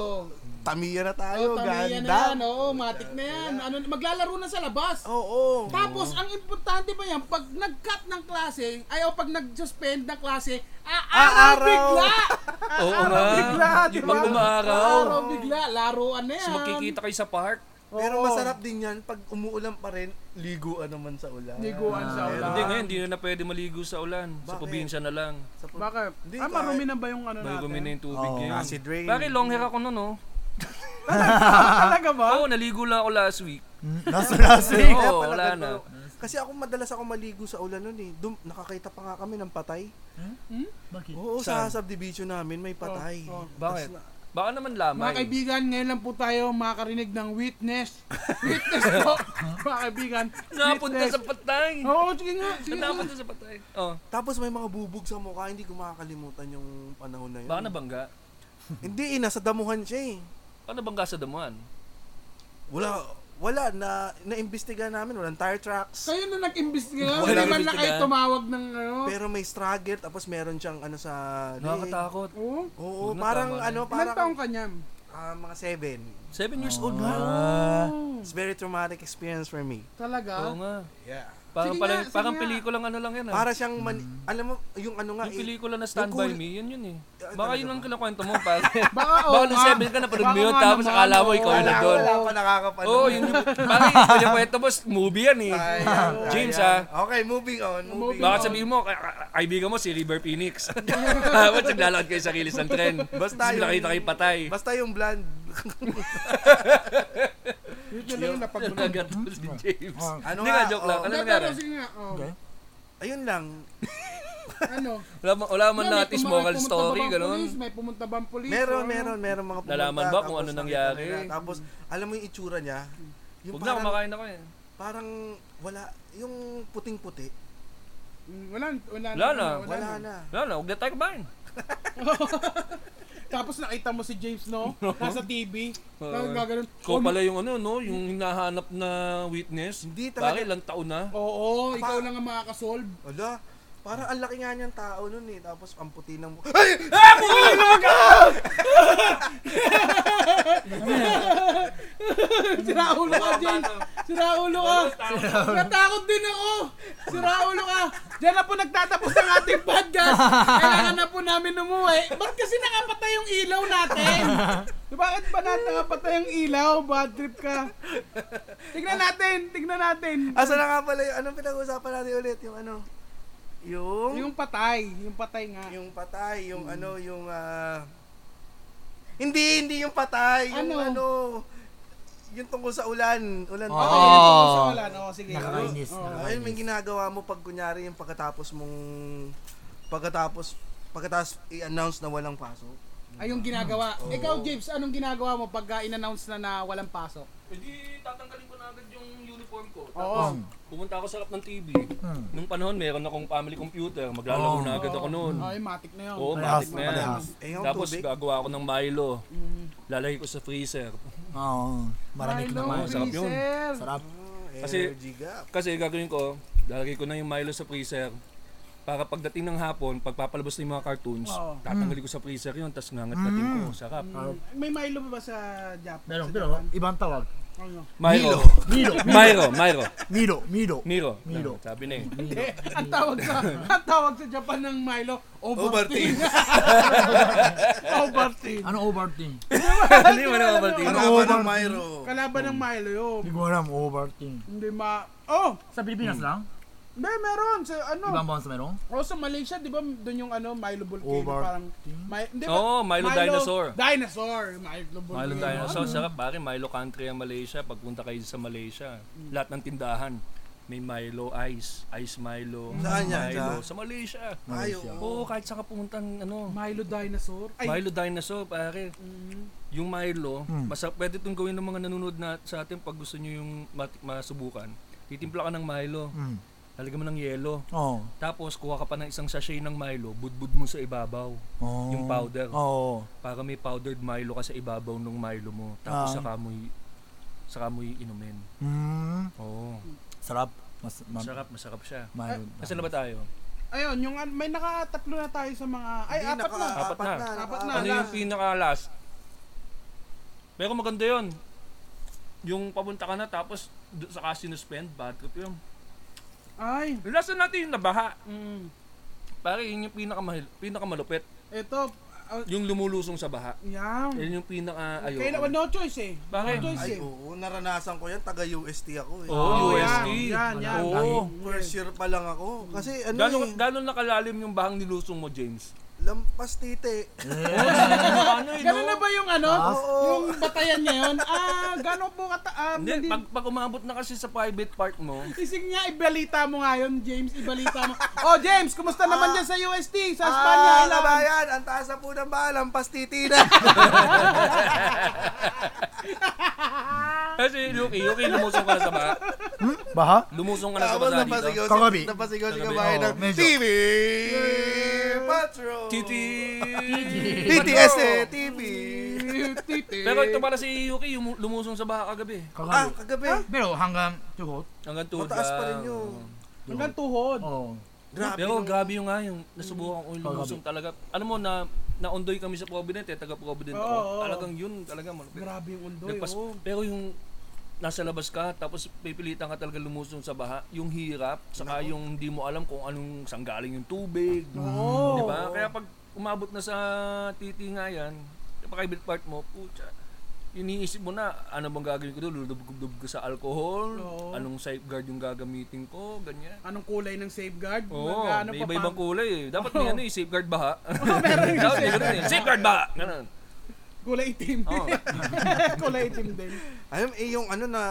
tamiya na tayo, Oh, tamiya na ano. ganda. yan. Oo, matik na yan. Ano, maglalaro na sa labas. Oo, Tapos, ang importante pa yan, pag nag-cut ng klase, ay o pag nag-suspend ng klase, aaraw Aaraw. bigla! Oo aaraw nga. bigla, di Yung ba? pag umaaraw. Aaraw bigla, laruan na Tapos yan. magkikita kayo sa park. Pero Oo. masarap din yan, pag umuulan pa rin, liguan naman sa ulan. Liguan sa Meron ulan. Ah, Hindi ngayon, hindi na na pwede maligo sa ulan. Sa Bakit? probinsya na lang. Sa pag- Bakit? Hindi, ah, kahit- marumi na ba yung ano Bago natin? na yung tubig Oo, ngayon. acid rain. Bakit long hair ako nun, oh? Talaga ba? Oo, naligo lang ako last week. Last, last. Kaya pala Oo, wala ganito. na. Kasi ako madalas ako maligo sa ulan nun eh. Dum- nakakita pa nga kami ng patay. Bakit? Oo, sa subdivision namin may patay. Oh, oh. Bakit? Baka naman lamay. Mga kaibigan, ngayon lang po tayo makakarinig ng witness. Witness po. Mga kaibigan, Napunta witness. Oh, sa patay. Oo, sige nga. Sige nga. Napunta sa patay. Oh, Tapos may mga bubog sa mukha, hindi ko makakalimutan yung panahon na yun. baka nabangga. Hindi eh, nasa damuhan siya eh. Baka nabangga sa damuhan. Wala, wala, na, na-imbestiga namin, walang tire tracks. Kayo na nag-imbestigahan. Hindi Wala man lang kayo imbestigahan. tumawag ng ano. Pero may struggle, tapos meron siyang ano sa... Nakakatakot. Oo. Oo, Huwag na, parang tama na ano, yun. Ilang taong parang ka niyan? ah, mga seven. Seven years old nga. Ah, It's very traumatic experience for me. Oo Talaga? nga. Yeah. Parang, Ah. Sige pala, nga, sige parang nga. pelikulang ano lang yan. ah. Para siyang, man, alam mo, yung ano nga, yung eh, pelikula na Stand Yung By cool- Me, yun yun eh. Ah, Baka talaga yun lang ba? kinakwento mo, pare. Baka oo Baka nung nga. seven ka napanood mo Baka yun, nga tapos naman, akala mo oo. ikaw yun na Wala, doon. wala pa nakakapanood. Oo, yun. Pare, kinakwento mo, movie yan eh. Ayan, James, ayan. ah. Okay, moving on. Moving, Baka on. sabihin mo, ka- ka- kaibigan mo si River Phoenix. Tapos naglalakad kayo sa kilis ng tren. Basta Tapos yung- nakita kayo patay. Basta yung blonde. Yun na lang yung napag-ulan. Nagatul si James. Ano Hindi nga, nga, joke lang. oo. Ano Hindi, nangyari? pero sige nga. oo. Ayun lang. Ano? Wala, man- wala man Yan, may natin puma- moral pumunta ba story, ang ganun. pulis? May pumunta bang ano? pulis? Meron, Oo. meron, meron mga pumunta. Nalaman ba kung tapos ano nakita nangyari? nila, Tapos, alam mo yung itsura niya? Yung Huwag na, parang, kumakain ako eh. parang wala, yung puting-puti, Mm, Wala, wala, Wala na. wala na. Wala na, huwag na tayo kumain. Tapos nakita mo si James, no? Nasa TV. Oo. Tapos gaganon. Ikaw pala yung ano, no? Yung hinahanap na witness. Hindi talaga. Bakit ilang taon na? Oo, ikaw lang ang makakasolve. Wala. Parang ang laki nga niyang tao nun eh. Tapos ang puti ng... Siraulo ka, James! Siraulo ka! Natakot din ako! Siraulo ka! Diyan na po nagtatapos ang ating podcast! Kailangan na po namin umuwi. Ba't kasi nakapatay yung ilaw natin? Bakit ba natin nakapatay yung ilaw? Bad trip ka. Tignan natin! Tignan natin! Asa na nga pala yung... Anong pinag-uusapan natin ulit? Yung ano? Yung... Yung patay. Yung patay nga. Yung patay, yung ano, yung ah, Hindi, hindi yung patay, yung Ano? ano, yung tungkol sa ulan, ulan Okay, Ah, patay. ito po sa ulan. Oo, sige. Oh, Nakakainis, Oo. nakakainis. Ayun, may ginagawa mo pag kunyari yung pagkatapos mong pagkatapos pagkatapos i-announce na walang pasok. Ay, yung ginagawa. Ikaw, James, anong ginagawa mo pag ah, in-announce na na walang pasok? Hindi, Eh, tatanggalin ko na agad yung uniform ko. Oh. Oo. hmm. Pumunta ako sa harap ng TV. Nung panahon, meron akong family computer. Maglalaro na agad Ah, ako noon. Oh. Ay, matik na yun. Oo, Palihas matik na, na yan. palihas. Eh, yung Tapos tubig. gagawa ako ng Milo. Lalagay ko sa freezer. Oo, maraming Mm. Milo, naman. sarap yun. Freezer. Sarap. Ah, Kasi- energy gap. Kasi gagawin ko, Lalagay ko na yung Milo sa freezer. Para pagdating ng hapon, pagpapalabas na yung mga cartoons, Oo. tatanggalin ko sa freezer yun, tapos ngangat-ngatin ko. Sarap. May Milo pa ba sa Japan? Meron, sa pero Japan? ibang tawag. Ano? Milo. Milo. Milo. Milo. Milo. Milo. Miro. Miro. Sabi na eh. Hindi. Ang tawag sa ang tawag sa Japan ng Milo, Ovaltine. Ovaltine. Ano Ovaltine? Hindi mo naman Valtino. Ano Ano, ba ng Myro? Kalaban ng Milo yun. Hindi ko alam, Ovaltine. Hindi ma... Oh! Sa Pilipinas lang? Hindi, meron. Sa Ibang ano? bansa meron? O sa Malaysia, di ba doon yung ano, Milo Volcano? Ovaltine. Parang... Mi- hindi ba- Oo, Milo Dinosaur. Dinosaur. Milo Volcano. Milo Dinosaur. Sarap pare. Milo country ang Malaysia. Pagpunta kayo sa Malaysia, lahat ng tindahan. May Milo Ice. Ice Milo. Saan yan? Milo. Sa Malaysia. Ayo. Oo, kahit saan ka pumunta, ano. Milo Dinosaur. Ay, Mm. Milo Dinosaur, pare. Yung Milo, masa, pwede itong gawin ng mga nanonood na sa atin pag gusto nyo yung mat- masubukan. Titimpla ka ng Milo. Lalagyan mo ng yelo. Hmm. Oo. Tapos, kuha ka pa ng isang sachet ng Milo, budbud mo sa ibabaw. Oo. Yung powder. Oo. Para may powdered Milo ka sa ibabaw ng Milo mo. Tapos, saka mo, y- saka mo y- inumin. Mm. Oo. Sarap. Mas, ma- Masarap, masarap siya. Milo. Kasi na ba tayo? ayun, yung an- may nakatatlo na tayo sa mga... Ay, Hindi, apat naka- na. Apat na. Apat na. Apat Ano yung pinaka-last? Pero maganda yun. Yung papunta ka na tapos do- saka sinuspend, bad trip yun. Ay. Yung Last na natin yung nabaha. Mm. Pare, yun yung pinakamahil, pinakamalupit. Ito. ah, Yung lumulusong sa baha. yan. Yun yung pinaka ayaw. Kailan, no choice eh. Bakit? No choice Ay, eh. oo. Naranasan ko yan. Taga-UST ako eh. Oo, yan, UST. Oh, yan, yan. Oo. First year pa lang ako. Kasi ano Gano'n eh, gano'n nakalalim yung bahang nilusong mo, James? lampas tite. ano eh, Ganun no? na ba yung ano? Ah, Oo. Yung batayan ngayon? Ah, gano'n po kata... Ah, Hindi, hindi. pag, pag umabot na kasi sa private part mo, Ising nga, ibalita mo nga yun, James. Ibalita mo. oh, James, kumusta naman dyan sa UST? Sa Espanya, Ah, ilan? kabayan, ang taas na po ng baha, lampas titi na. kasi Yuki, Yuki, lumusong ka na sa baha. Baha? Lumusong ka na sa Tapos baha dito. napasigaw Kagabi. si, napasigaw si kabayan Oo, ng medyo. TV Patrol. Titi! TTS eh, TV. Titi. Pero ito pala si Yuki, yung lumusong sa baha kagabi. Ah, Kagabi. kagabi. Pero hanggang tuhod? Hanggang tuhod. Mataas pa rin lang. yun. Hanggang tuhod. Oo. Grabe. Pero grabe yung nga yung nasubukan ko yung lumusong talaga. Alam mo na naundoy kami sa Provident, eh, taga Provident ako. Oo, oo. Talagang yun, talaga malupit. Grabe yung undoy. Nagpas- oh. pero yung nasa labas ka, tapos pipilitan ka talaga lumusong sa baha, yung hirap, saka yung hindi mo alam kung anong sanggaling yung tubig. Oo. Di ba? Kaya pag umabot na sa titi nga yan, yung private part mo, pucha, iniisip mo na, ano bang gagawin ko doon? Lulubog-dubog ko sa alcohol? Oo. Anong safeguard yung gagamitin ko? Ganyan. Anong kulay ng safeguard? Oo, Nag- ano may pa iba-ibang pa- kulay eh. Dapat may Oo. ano eh, safeguard baha. Meron yung Dapat may ganun eh. Safeguard baha! Ganun. kulay itim. Oo. kulay itim din. Alam, eh, yung ano na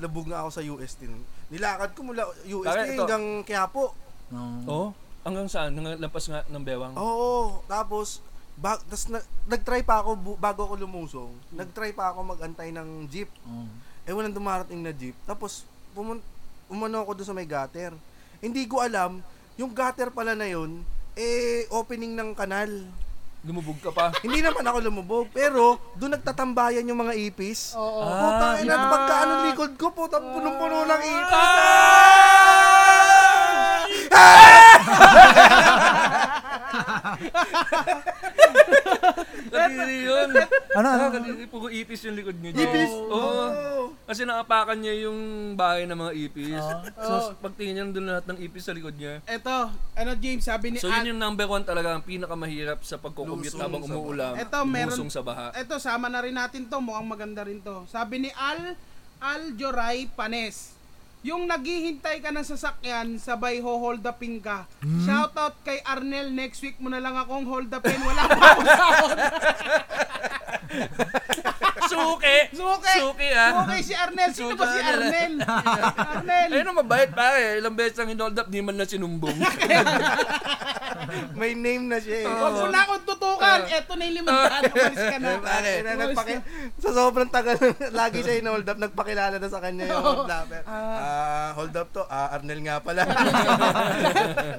labog nga ako sa UST. nun. Nilakad ko mula UST Bakit ito? hanggang Quiapo. Oo. Hanggang saan? Hanggang lampas nga ng bewang? Oh. Oo, tapos bag, tas na, nag-try pa ako bu- bago ako lumusong. Nag-try pa ako magantay ng jeep. Hmm. Eh walang dumarating na jeep. Tapos pumun umano ako doon sa may gutter. Hindi ko alam, yung gutter pala na yun, eh opening ng kanal. Lumubog ka pa. Hindi naman ako lumubog, pero doon nagtatambayan yung mga ipis. Oo. Oh, Puta, Ah, ina, pagka ano likod ko, puta, punong-puno ng ipis. Kadiri yun. Ano, ano? Ah, kadiri. Puro ipis yung likod niya. Ipis? Oo. Kasi naapakan niya yung bahay ng mga ipis. So, pagtingin niya doon lahat ng ipis sa likod niya. Ito, ano James, sabi ni So, Ann- yun yung number one talaga, ang pinakamahirap sa pagkukumute Lusong habang sa umuulam. baha. Eto, meron- Eh, Lusong sa baha. Eto, sama na rin natin to. Mukhang maganda rin to. Sabi ni Al, Al Joray Panes. Yung naghihintay ka ng sasakyan, sabay ho hold upin ka. Shout out kay Arnel, next week mo na lang akong hold upin. Wala pa ako sahod. Suki! Suki! Suki ah! Okay si Arnel. Sino ba si Suki, Arnel. Arnel? Arnel. Ayun ang mabait pare. Ilang beses ang hinold up, di man na sinumbong. May name na siya eh. Huwag mo na akong tutukan. Eto na yung limantaan. Umalis ka na. Bakit? Na, Umalis nagpaki- ka. sa sobrang tagal, lagi siya in-hold up, nagpakilala na sa kanya yung hold up. Ah, hold up to, ah, Arnel nga pala.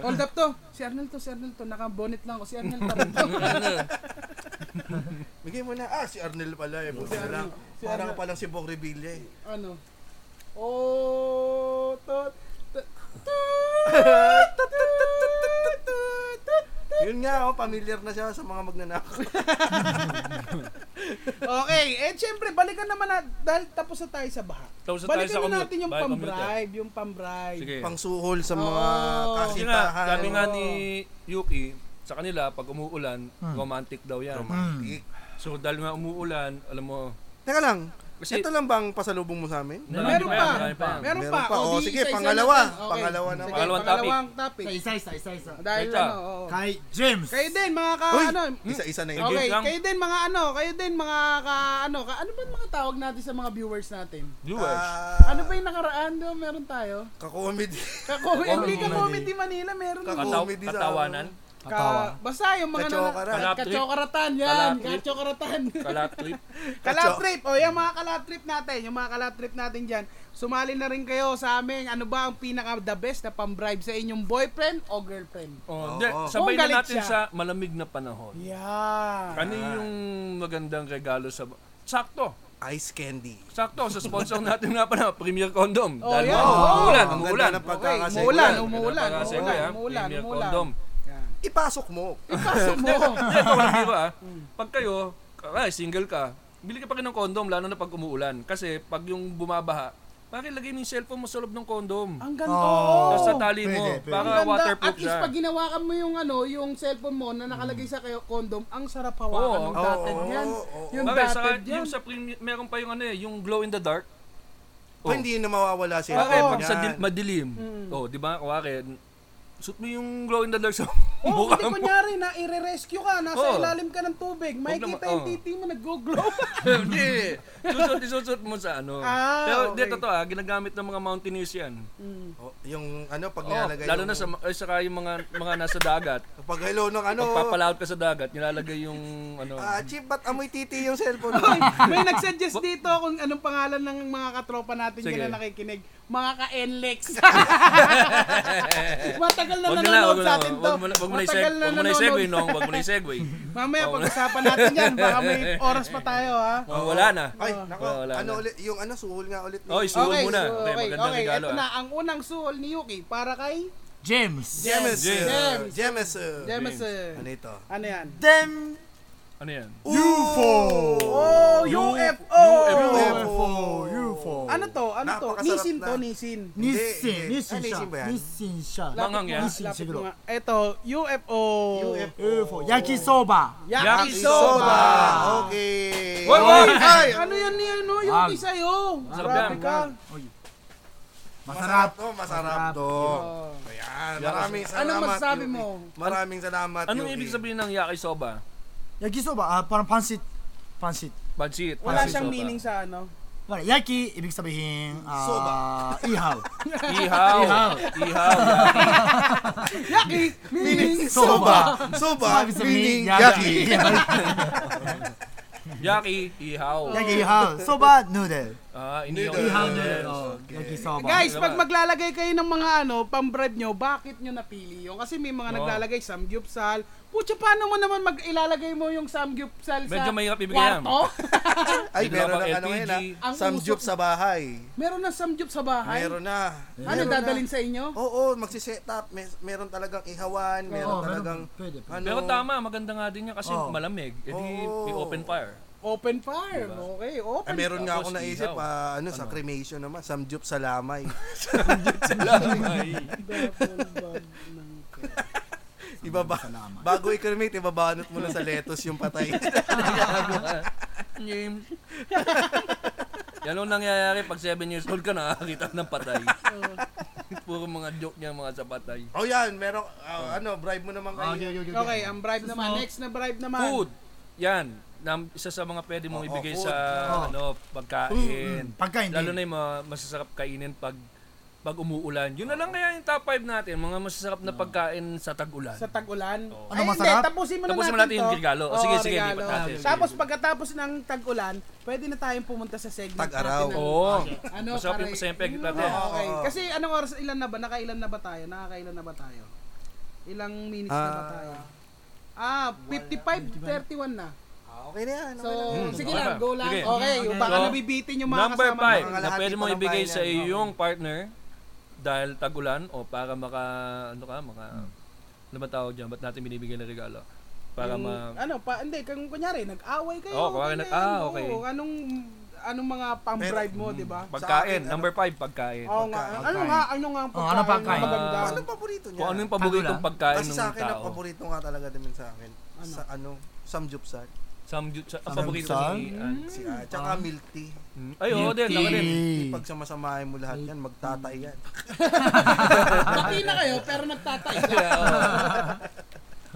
Hold up to. Si Arnel to, si Arnel to. Naka-bonnet lang ako. Si Arnel pa rin to. Bigay mo na, ah, si Arnel pala eh. Buti na lang. Si Parang Arnel. palang si Bong Revilla eh. ano? Oh, to, to, to, Yun nga, oh, familiar na siya sa mga magnanakaw. Okay, eh syempre, balikan naman na, dahil tapos na tayo sa baha. Tapos na tayo balikan na sa commute. natin yung Bahay pambribe, yung pambribe. Sige. Pangsuhol sa mga Oo. Kasi nga, kasitahan. sabi nga ni Yuki, sa kanila, pag umuulan, Hmm. romantic daw yan. Romantic. So dahil nga umuulan, alam mo, Teka lang, Kasi- ito lang ba ang pasalubong mo sa amin? Marami Meron pa, meron marami pa. Meron pa. O, O, di, sige, isa-isa pangalawa. natin. Okay. Pangalawa naman. Sige, Pangalawang topic. Pangalawang topic. Sa isa, isa, isa, isa. Dahil Isa. ano, oo. Kay James. Kayo din, mga Ah, ka, Uy, ano, isa-isa na yun. Okay. Okay, lang. kayo din mga ano, kayo din mga ka, ano, ka, ano ba mga tawag natin sa mga viewers natin? eh. Viewers. Ah, ano ba yung nakaraan doon meron tayo? Kakomedy. Kako, hindi ka comedy Manila, meron Kako- doon. Kataw- comedy sa- ano. katawanan, Ka, basta yung mga Kachokaran. nana- Kalatrip. Kachokaratan, yan. Kalatrip. Kachokaratan. kalat trip. Kalatrip. O, yung mga kalatrip natin, yung mga kalatrip natin dyan. Sumali na rin kayo sa amin. Ano ba ang pinaka the best na pambribe sa inyong boyfriend o girlfriend? Oh, hindi, Oo. sabay Kung galit na natin siya. Ah. sa malamig na panahon. Yeah. Ano yung magandang regalo sa... Sakto. Ice candy. Sakto, sa sponsor natin nga pala, Premier Condom. Oh, Dahil yeah. nga, Oh, umuulan, ang ganda umuulan. ng pagkakasegue. Okay, umuulan, Ang ganda ng umuulan, pagkakasegue, umuulan, ah. umuulan, Premier umuulan. Condom. Ipasok mo. Oh. Ipasok mo. Hindi, ito walang biro ah. Pag kayo, ay, single ka, bili ka pa kayo ng condom, lalo na pag umuulan. Kasi pag yung bumabaha, bakit lagay mo yung cellphone mo sa loob ng condom? Ang ganda. Oh. oo. Tapos sa tali mo, Pwede, pwede. para Ang ganda. waterproof At siya. least pag ginawakan mo yung ano, yung cellphone mo na nakalagay sa kayo condom, ang sarap hawakan Oo. ng dated Oo, yan. oo, oo. Yung Bakit, saka, dated yan. yung sa premium, meron pa yung ano eh, yung glow in the dark. Pa, hindi na mawawala siya. Bakit? Yan. Pag sa dil- madilim. Mm. Oh, di ba? Kawari, suot mo yung glow in the dark sa Oh, mukha hindi mo. kunyari na i-rescue ka, nasa Oo. ilalim ka ng tubig, makikita naman- yung oo. titi mo nag-glow. Hindi. Susot, isusot mo sa ano. Ah, Pero di, okay. totoo ah, ginagamit ng mga mountaineers yan. Oh, yung ano, pag Oh, nilalagay lalo yung- na sa, ay, saka yung mga, mga nasa dagat. Pag hello nung ano. Pag papalaot ka sa dagat, nilalagay yung ano. Ah, chip, ba't amoy titi yung cellphone mo? May, may nagsuggest dito kung anong pangalan ng mga katropa natin Sige. yan na nakikinig. Mga ka-NLEX. Matagal na Wag nanonood wag sa atin to. wag mo na, wag mo na Matagal i-seg- na wag mo na nanonood. i-segue, Nong. Wag mo na i-segue. Mamaya pag-usapan natin yan. Baka may oras pa tayo ha. Oh, wala na. Ay, nako. Wala, wala ano na. ulit? Yung ano, suhol nga ulit. ni- Oh, isuhol okay, muna. so, Okay, okay, magandang okay. regalo. Ito ah. na, ang unang suhol ni Yuki para kay James. Jemes. Jemes. uh, Jemes. uh, James. Ano ito? Ano yan? Then, Ano yan? UFO! Oh, UFO! UFO! UFO. Ano to? Ano to? Napakasarap Nisin to, na. nisin. Nissin. Hindi, hindi. Nissin Ah, siya. Nissin ba yan? Nissin siya. Lapit Manghang yan? Nissin Lapit siguro. mo nga. Ito, UFO. UFO. Yakisoba. Yakisoba! Okay. Hoy, hoy! Ay, ano yan ni ano? Yung Wag. isa yun. Masarap Grabe yan. ka. Masarap Masarap. to, masarap to. Oh. Ayan, maraming salamat. Ano masasabi Yuki. mo? Maraming salamat, Anong Yuki. ibig sabihin ng yakisoba? Yakisoba. Ah, parang pansit. Pansit. Pansit. Wala pansit siyang soba. meaning sa ano. Wala. Yaki, ibig sabihin, ah, Soba. ihaw. Ihaw. Ihaw. Ihaw. Yaki! meaning Soba. Soba, Sabi sa meaning meaning, Yaki. yaki. Yaki. Ihaw. Yaki, ihaw. Soba, noodle. Ah, inihaw. Ihaw, noodle. Oh, Yakisoba. Guys, pag maglalagay kayo ng mga ano, pambribe nyo, bakit nyo napili yun? Kasi may mga Oo. naglalagay samgyupsal. Pucha, paano mo naman mag ilalagay mo yung samgyupsal sa Medyo mahirap ibigay yan. kwarto? Ay, Hindi meron ba na ano LPG? ngayon ah. Ang Samjup usok- sa bahay. Meron na samgyup sa bahay? Meron na. Ano Meron dadalhin na. sa inyo? Oo, magsiset up. May, meron talagang ihawan, meron Oo, meron. talagang Pwede, pwede. ano. Pero tama, maganda nga din niya kasi Oh. malamig. E di, Oh. Oo. may open fire. Open fire. Okay, open Ah, meron nga ako Tapos naisip, ihaw. ah, ano, sa cremation naman, samjup sa lamay. Double ng Ibaba, bago i-cremate, ibabanot mo na sa lettuce yung patay. James. Yan ang nangyayari pag 7 years old ka na, nakakita ka ng patay. Puro mga joke niya mga sa patay. oh yan, meron, ah, ano, bribe mo naman kayo. Okay, ang bribe naman. Next na bribe naman. Food. Yan. Nam, isa sa mga pwede mong Oo, ibigay food. sa Oo. ano pagkain. Mm, mm. Pagkain din. Lalo na yung mga masasarap kainin pag pag umuulan. Yun na lang kaya yung top 5 natin, mga masasarap na pagkain sa tag-ulan. Sa tag-ulan. Ano Ay, masarap? Hindi, tapusin mo na Tapusin natin, mo natin yung to. regalo. O, Oo, sige, sige, regalo. lipat natin. Sige. Tapos pagkatapos ng tag-ulan, pwede na tayong pumunta sa segment natin Tag-araw. ng- Oo. Ano, Masarap yung pare- pasempeg Mm, natin. Okay. Kasi anong oras, ilan na ba? Nakailan na ba tayo? Nakakailan na ba tayo? Ilang minutes na ba tayo? Ah, 55, 31 na. Ah, okay na yan. So, okay na. sige okay. lang, go lang. Sige. Okay, baka So, nabibitin yung mga Number kasama. 5 Mga na kalahati pwede pa mong ng ibigay bayan sa yan. iyong partner dahil tagulan o para maka ano ka maka ano ba tawag dyan ba't natin binibigyan ng regalo para Yung, Mm. ma ano pa hindi kung kunyari nag-away kayo. Oo, ganyan, kunyari nag- ah, okay. oo, anong anong mga pang-bribe mo, 'di ba? pagkain Sa akin, ano? Oh, number 5 pagkain Oo nga. pagkain. Ano nga ano nga ang Oo, anong pagkain na pagkain? maganda? Anong paborito niya? kung ano yung paboritong Tagulan. pagkain Kasi ng sa akin, ang tao paborito nga talaga din sa akin. Sa ano, samgyupsal. samgyupsal ang Samgyupsal? paborito ni Ann. Si ah, tsaka milk tea. Mm. ay oo din ako din Hindi pag samasamahin mo lahat yan, magtatay yan. Hindi na kayo pero nagtatay. Kaya, oo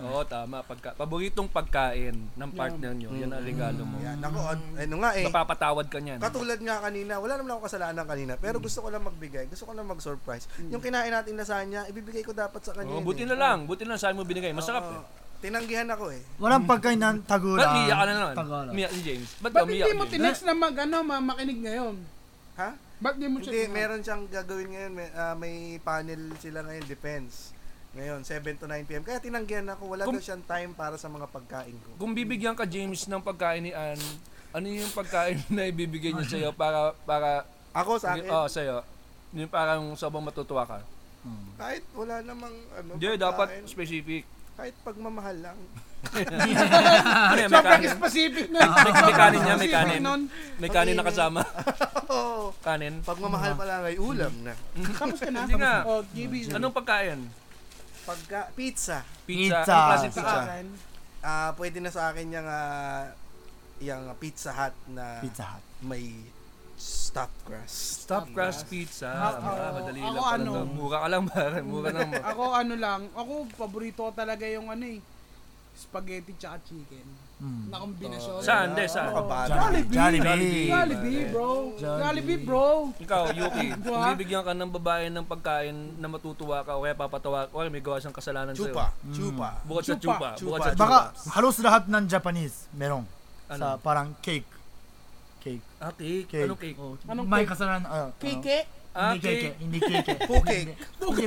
Oo, tama pagka paboritong pagkain ng partner nyo yan ang regalo mo Yan, ako, an- ano nga eh. mapapatawad ka niyan Katulad nga kanina, wala naman ako kasalanan kanina, pero Hmm. gusto ko lang magbigay, gusto ko lang mag-surprise. Yung kinain natin lasagna, ibibigay ko dapat sa kanya. yun Oo, buti eh. na lang buti na lang saan mo binigay masarap Oo. eh Tinanggihan ako eh. Walang pagkain ng Ba't tagulang. umiyak ka na naman? Tagalog. Umiyak si James. Ba't ka Ba't umiyak? hindi mo James? tinext na mag ano, ma- makinig ngayon? Ha? Ba't hindi Ano mo siya Hindi, tinext? meron siyang gagawin ngayon. May, ah, may panel sila ngayon, depends. Ngayon, 7 to 9 p.m. Kaya tinanggihan ako, wala Kung- daw siyang time para sa mga pagkain ko. Kung bibigyan ka James ng pagkain ni Ann, ano yung pagkain na ibibigay niya sa'yo para, para, Ako sa akin, oh, sa'yo? Yung parang sobrang matutuwa ka. kahit wala namang ano, Hindi, dapat pagkain, specific. kahit pagmamahal lang. ano yan, may Ah, Sobrang kanin? specific na. May kanin niya, may Specific kanin. nun. May kanin na kasama. Oo. Kanin. Pagmamahal pala may ulam na. Tapos ka na. Hindi nga. Oh, GB. Anong pagkain? Pagka, pizza. Pizza. Pizza. Anong klaseng sa pizza? akin? Ah, pwede na sa akin yung ah, yung Pizza Hut na Pizza Hut. may stuffed crust. Stuffed crust pizza. Ah, Ah, oo. madali Ako lang pala. ano? to. Mura ka lang, pare. Mura lang. Ako ano lang, ako paborito ko talaga yung ano eh, spaghetti tsaka chicken. Na Mm. kombinasyon. Saan? Hindi, saan? Nakabali. Jollibee. Jollibee. Jollibee, Jollibee, bro. Jollibee, bro. Ikaw, Yuki, Diba? kung bibigyan ka ng babae ng pagkain na matutuwa ka o kaya papatawa ka o kaya may gawa siyang kasalanan sa'yo. Chupa. Chupa. Bukod sa Chupa. chupa. Chupa. Bukod sa chupa. Baka halos lahat ng Japanese meron. Ano? Sa parang cake. Cake. Ah, cake. Cake. Anong cake? Oh, Anong may cake? kasalanan. ano, ano? Kike. Ah, Hindi cake. cake. Hindi cake. Puke. Hindi puke.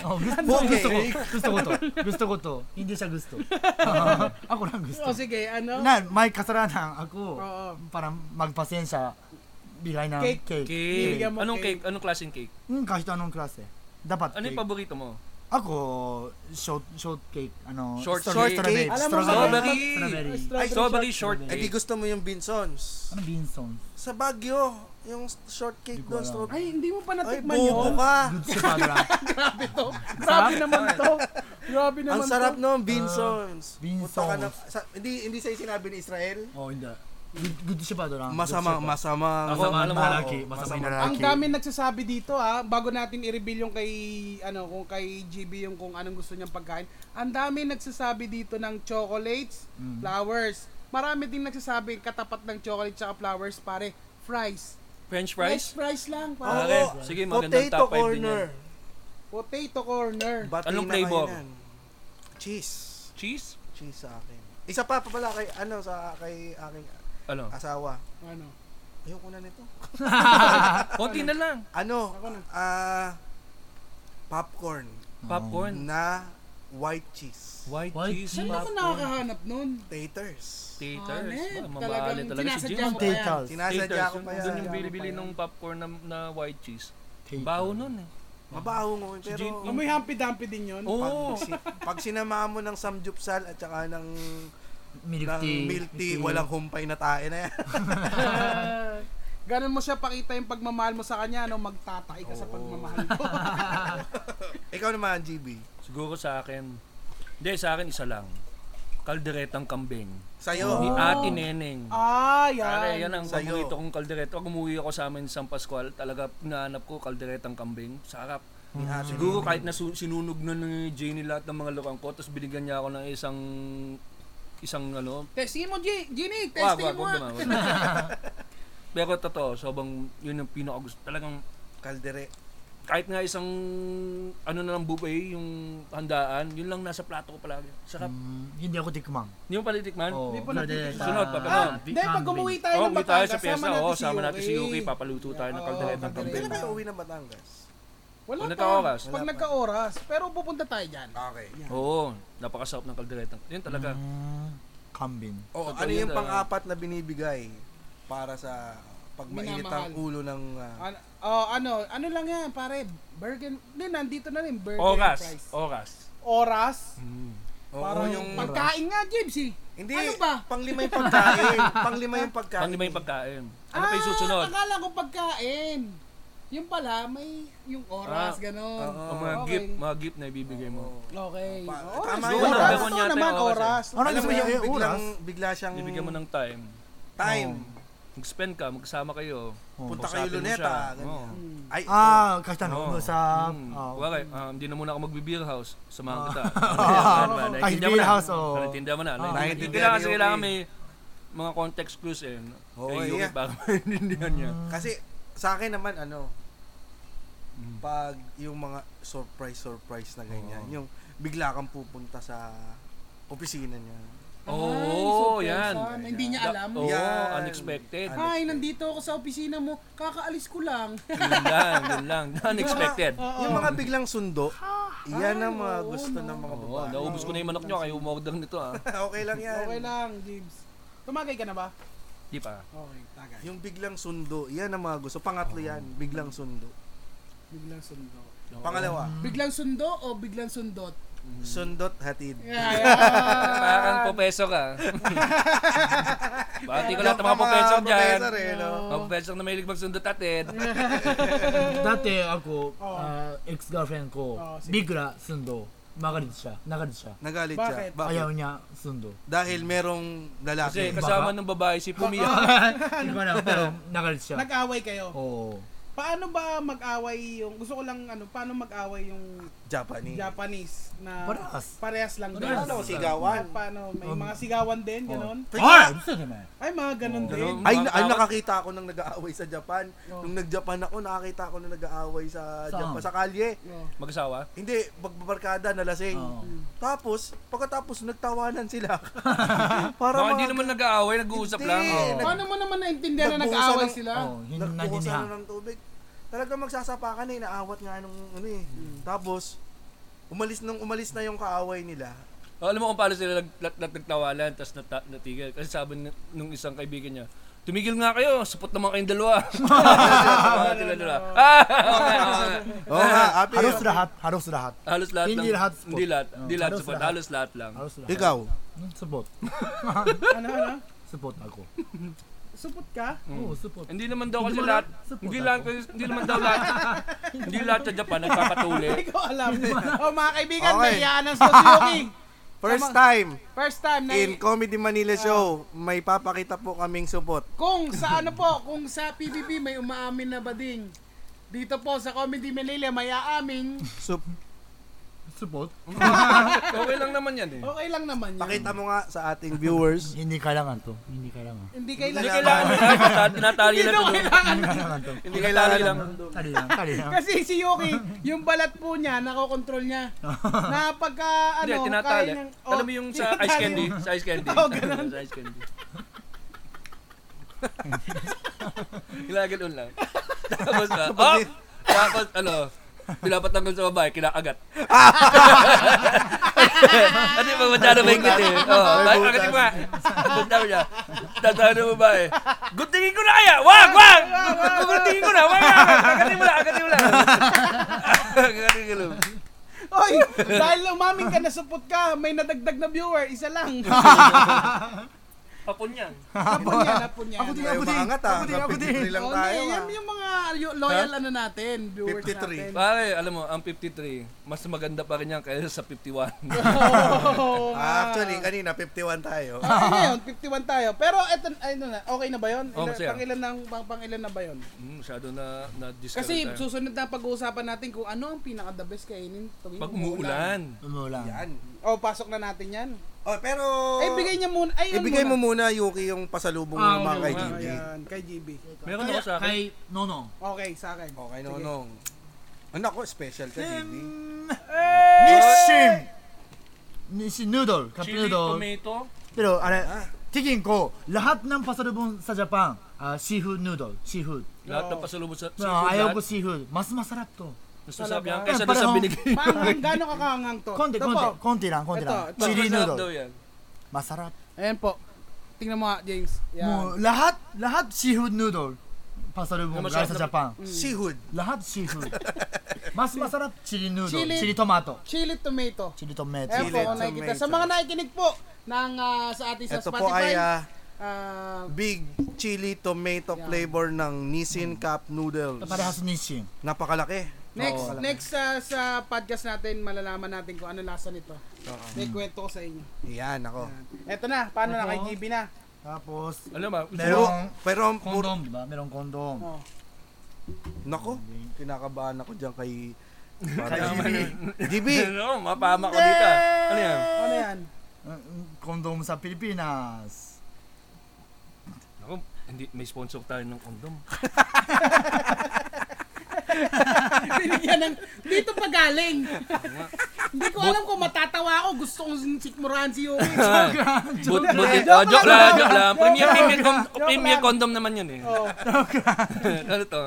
Oh, gusto, Puke. gusto ko. Gusto ko to. Gusto ko to. Hindi siya gusto. ako lang gusto. O Oh, sige, ano? Na, may kasalanan ako. Oo. Parang magpasensya. Bigay ng Cake. cake. Cake. Bibigyan mo Anong cake. cake? Anong klaseng cake? Hmm, kahit anong klase. Dapat Ano cake. yung paborito mo? Ako, short, short cake. Ano, Short Alam strawberry. Strawberry. cake. mo, Strawberry. strawberry. Strawberry. Ay, Strawberry short Eh di cake. gusto mo yung Binsons. Ano Binson? Sa Baguio, yung shortcake Di ko doon. alam. strawberry. Ay, hindi mo pa Ay, natikman bubo yun. ka. Good sa padra. Grabe to. Grabe naman to. Grabe naman Ang sarap to. noon, Ah, Binsons. Binsons. Punta ka na, sa, hindi, hindi sa'yo sinabi ni Israel. oh, hindi. Good, good sa padra. Ah, Masama, masama. Ako, alam mo, lalaki. oo, Masamang masamang Ang lalaki. dami nagsasabi dito ha, bago natin i-reveal yung kay ano, kung kay GB yung kung anong gusto niyang pagkain. Ang dami nagsasabi dito ng chocolates, flowers. Marami din nagsasabi katapat ng chocolate tsaka flowers pare, fries. French French fries? fries lang Ah, pare. okay. Sige, magandang Potato top 5 din yan. corner. Potato corner. Bati Anong na flavor? kainan. Cheese. Cheese? Cheese sa akin. Isa pa pa pala kay ano sa kay aking Ano? asawa. Ano? Ayoko na nito. Konti na lang. Ano? Ah popcorn Popcorn. na white cheese. White, White cheese. Saan ako Popcorn. nakakahanap nun? Taters. Taters. Hanep, Ba, talagang Mamahalin talaga si sinasadya James. mo pa yan. Taters. Sinasadya ko yun. pa Doon yung yan. binibili ng popcorn na, na white cheese. Baho nun eh. Mabaho mo pero Jin- yung- Amoy hampi-dampi din yun. pag, Oo. si, pag sinama mo ng samjupsal at saka ng Milk ng tea. milk tea, walang humpay na tayo na yan. Ganun mo siya pakita yung pagmamahal mo sa kanya, ano, magtatay ka sa pagmamahal mo. Ikaw naman, GB. Siguro sa akin. Hindi, sa akin isa lang. Kalderetang kambing. Sa'yo. Ni Ate Neneng. ah, yan. Pare, yan ang Ah. Sa'yo. paborito kong kaldereta. Pag umuwi ako sa amin sa Pascual, talaga hinahanap ko kalderetang kambing. Sarap. Ni Ate Siguro kahit na sinunog na ni Jenny lahat ng mga lokang ko, tapos binigyan niya ako ng isang isang ano, Testing mo, G- Ginny. wag, Testing wag, mo. wag ah. naman. wag. Pero totoo, sobrang yun yung pinaka gusto. Talagang Kaldere. kahit nga isang ano na lang buffet, yung handaan, yun lang nasa plato ko palagi. Sarap. Mm, Hindi ako tikmang. Hindi mo palitikman? Oh, Hindi pa natin- kaldereta. Sunod, papanood. Ah, Hindi, pag umuwi tayo ng Oh, uwi tayo Batangas, sa sama pyesa. Oh, natin si sama natin si Yuki. Yuki. Papaluto tayo ng Oo, kalderetang kaldereta. kambing. Kailan kayo uwi ng Batangas? Wala Kung pa. nagkaoras. Pag nagkaoras. Pero pupunta tayo dyan. Okay. Oo, napakasarap ng kaldereta. Yun talaga. Mm, Kambing. Oh, Totoo ano yun, yung ah. pang-apat na binibigay para sa pag mainit Minamahal. ang ulo ng... ah, Ano, oh, ano, ano lang yan, pare. Burger, hindi, nandito na rin. Burger Oras. and fries. Oras. Oras. oo, Parang yung... pagkain nga, James eh. Hindi, Ano ba? panglima yung pagkain. panglima yung pagkain. Panglima yung pagkain. Ano pa yung susunod? Ah, akala ko pagkain. Yung pala, may yung oras, Ah, ganun. oo. O mga okay. gift, mga gift na ibibigay mo. Okay. Pa- Oras. tama yun. yun. Oras. Dako Totoo niya tayo naman, oras eh. oras. Ano Alam gusto mo mo yung yung biglang, oras? bigla siyang Ibigyan mo ng time. time. Mag-spend ka, magsama kayo. Punta kayo Kausapin Oh, mo luneta. siya. ganyan. Oo. Ay, Ah, katanong ano, Oo. mo sa... Mm. Oo. Wala kayo, ah, hindi na muna ako magbe-beer house. Samahan kita. Ano Kahit Naiintindihan mo Ah, beer na. house, oo. Ah. Naiintindihan mo na. Naiintindihan Kailangan kasi niyo, kailangan okay. may mga context clues eh. no? Oo, Kay Yuki yeah. baka maintindihan niya. Mm. Kasi sa akin naman ano, Mm. pag yung mga surprise surprise na ganyan, yung bigla kang pupunta sa opisina niya. Oo, surpresa. Oh, yan. Hindi niya alam. Oo, Yan. unexpected. Ay, nandito ako sa opisina mo. Kakaalis ko lang. Yun lang, yun lang. Unexpected. Yung mga biglang sundo, iyan ang mga oo, gusto no. ng mga Oo, babae. Oh, naubos ko na yung manok nyo, kayo umorder nito ah. okay lang yan. okay lang, James. Tumagay ka na ba? Di pa. Okay, tagay. Yung biglang sundo, iyan ang mga gusto. Pangatlo yan, biglang sundo. Biglang sundo. Pangalawa, Biglang sundo o biglang sundot? Mm. sundot hatid. Ah. Parang Yeah. professor ah. ka. Bati ko lahat ng mga professor dyan. ah, Professor eh, Ah, no? Mga professor na mahilig magsundot atin. Dati ako, Oo. ah, ex-girlfriend ko, Oo, sige. bigla sundo. Magalit siya. Nagalit siya. Nagalit Bakit? siya. Bakit? Ayaw niya sundo. Dahil merong Kasi lalaki. kasama ng babae si Pumia. Hindi ko alam, pero nagalit siya. Nag-away kayo. Oo. Paano ba mag-away yung gusto ko lang ano, paano mag-away yung Japanese. Japanese na Parehas. parehas lang din. Ano, sigawan? Paano may mga sigawan Oh. din ganun? Ah! Gusto niya ba? Ay mga ganun din. Dalawang Ay, mga ay tao- nakakita ako nang nag-aaway sa Japan. Oh. Nung nag-Japan ako, nakakita ako nang nag-aaway sa Saan? Japan sa kalye. Oh. Mag-asawa? Hindi, magbabarkada, nalasing. Oh. Oo. Tapos, pagkatapos nagtawanan sila. Para Baka hindi mga- naman nag-aaway, nag-uusap Hindi. lang. Oh. Oo. Nag- Paano mo naman naintindihan na Nagbuhusan nag-away ng- sila? Oo, hindi na nagbukas niya. ano ng tubig. Talaga magsasapakan eh, naawat nga nung ano eh. Hmm. Tapos, umalis nung umalis na yung kaaway nila. Oh, alam mo kung paano sila nag- nag- nag- nagtawalan, tapos nata- natigil. Kasi sabi n- nung isang kaibigan niya, tumigil nga kayo, supot naman kayong dalawa. Mga sila dalawa. Ah! Oo nga, Api. Halos lahat, halos lahat. Halos lahat Hindi lang. lahat support. Hindi lahat. Oh, Hindi lahat halos support. lahat. Halos lahat lang. Halos lahat. Ikaw, Hmm, Support. Ano ano? Support ako. Supot ka? Oo, support. Hindi naman daw Hindi kasi mo lahat. lahat support Hindi ako. lahat. Hindi naman daw lahat. Hindi lahat sa Japan nagpapatuli. Hindi ko alam. oh mga kaibigan, Okay. okay. nahiyaan ang Sosyuki. first time First time na in Comedy Manila Ah. Show, may papakita po kaming support. Kung sa ano po, kung sa PBB may umaamin na bading, dito po sa Comedy Manila may aaming, Sup- Support? Okay lang naman yan eh. okay lang naman yun. Pakita mo nga sa ating viewers. Hindi kailangan to. Hindi kailangan. Hindi Hindi kailangan. kailangan. tinata- Tinatali Hindi lang. daw ito. kailangan. Kailangan to. Hindi tinatali lang. Kali lang, kali lang. Kasi si Yuki, yung balat po niya, nakokontrol niya. na pagka, Hindi, ano, tinatali. niyang- oh, Alam mo yung sa ice tinatali. candy? Sa ice candy. Oh, ganun. Sa ice candy. Ginaganoon lang. Tapos na, oh! Tapos, ano, pinapatanggal sa babae, kinakagat. Ano yung magmadya na may ngiti? Oo, ay, agatin mo nga. Magmadya mo niya. Tatawag ng babae. Guntingin ko na kaya! Wag! Wag! Guntingin ko na! Wag! wag! Agatin mo na! Agatin mo na! Agatin ko lang. Oy, dahil umaming ka, nasupot ka, may nadagdag na viewer, isa lang. Papon yan. Napon niya, napon niya. Ako din, Tayo ako din. maangat ah. Ako din, ako din. 53 lang Oh, tayo. hindi, ah. yan yung mga yo- loyal ano natin, viewers 53. natin. Pare, alam mo, ang 53, mas maganda pa rin yan kaysa sa 51. Oh, Ah, Actually, kanina 51 tayo. Okay ngayon, 51 tayo. Pero eto, ano na, okay na ba yun? Oo, Ilan- masaya. Pangilan ng, pang, pangilan na ba yun? mm, masyado na na discount Kasi tayo. susunod na pag-uusapan natin kung ano ang pinaka-the best kainin tuwing pag umuulan. Umulang. Yan. O, pasok na natin yan. Oh, pero Ay, Eh, bigay niya muna. Ay, yun Ibigay mo muna. muna, Yuki, yung pasalubong Ah, ng mga okay, kay okay. GB. Ayan, kay GB. Meron ako sa akin. Kay Nonong. Okay, sa akin. Okay, nonong. Ano ako, special ka, GB. Nishin! Nishin noodle, cup Chili, noodle. tomato. Pero, are, tingin ko, lahat ng pasalubong sa Japan, ah, seafood noodle, seafood. Lahat ng pasalubong sa seafood. Ah, ayaw lahat. ko seafood. Mas masarap to. Gusto sabi Talaga? yan, Eh, kaysa doon sa parang- binigay. Maangang, gano'ng kakangang to? Konti, Ito konti. po. Konti lang, konti Ito, lang. ito. Mas Chili masarap daw noodle. yan. Masarap. Ayan po. Tingnan mo nga, James. Yan. Mo, lahat, lahat seafood noodle. pasalubong galing Na masyado sa na- Japan. Seahood. Lahat seafood. Mas masarap chili noodle, Chili- chili, tomato, Chili tomato. chili tomato. Ewan Chili ko kung nakikita. Sa tomato. mga nakikinig po ng ah, sa atin sa Ito po ay Spotify. ah, oh, ah, big chili tomato Yeah. flavor ng Nissin Cup Noodles. Parehas nishin. Napakalaki. next next ah, sa podcast natin malalaman natin kung ano lasa nito. May kwento ko sa inyo. Yan, ako. Eto na, paano na kay Gibi na? Tapos, Alam mo, Pero, merong pero, ang puro, kondom, diba? Merong kondom. Oh. nako, kinakabahan ako dyan kay... Kay GB. GB! ano, mapama ko dito. ah. Ano yan? Ano yan? Kondom sa Pilipinas. Ako, hindi, may sponsor tayo ng kondom. Binigyan ng dito pa galing. Hindi ko alam kung matatawa ako. Gusto kong sikmurahan si Yuki. But, but, oh, joke lang, joke lang. Premier, premier, con- premier condom naman yun eh. Oh. ano to?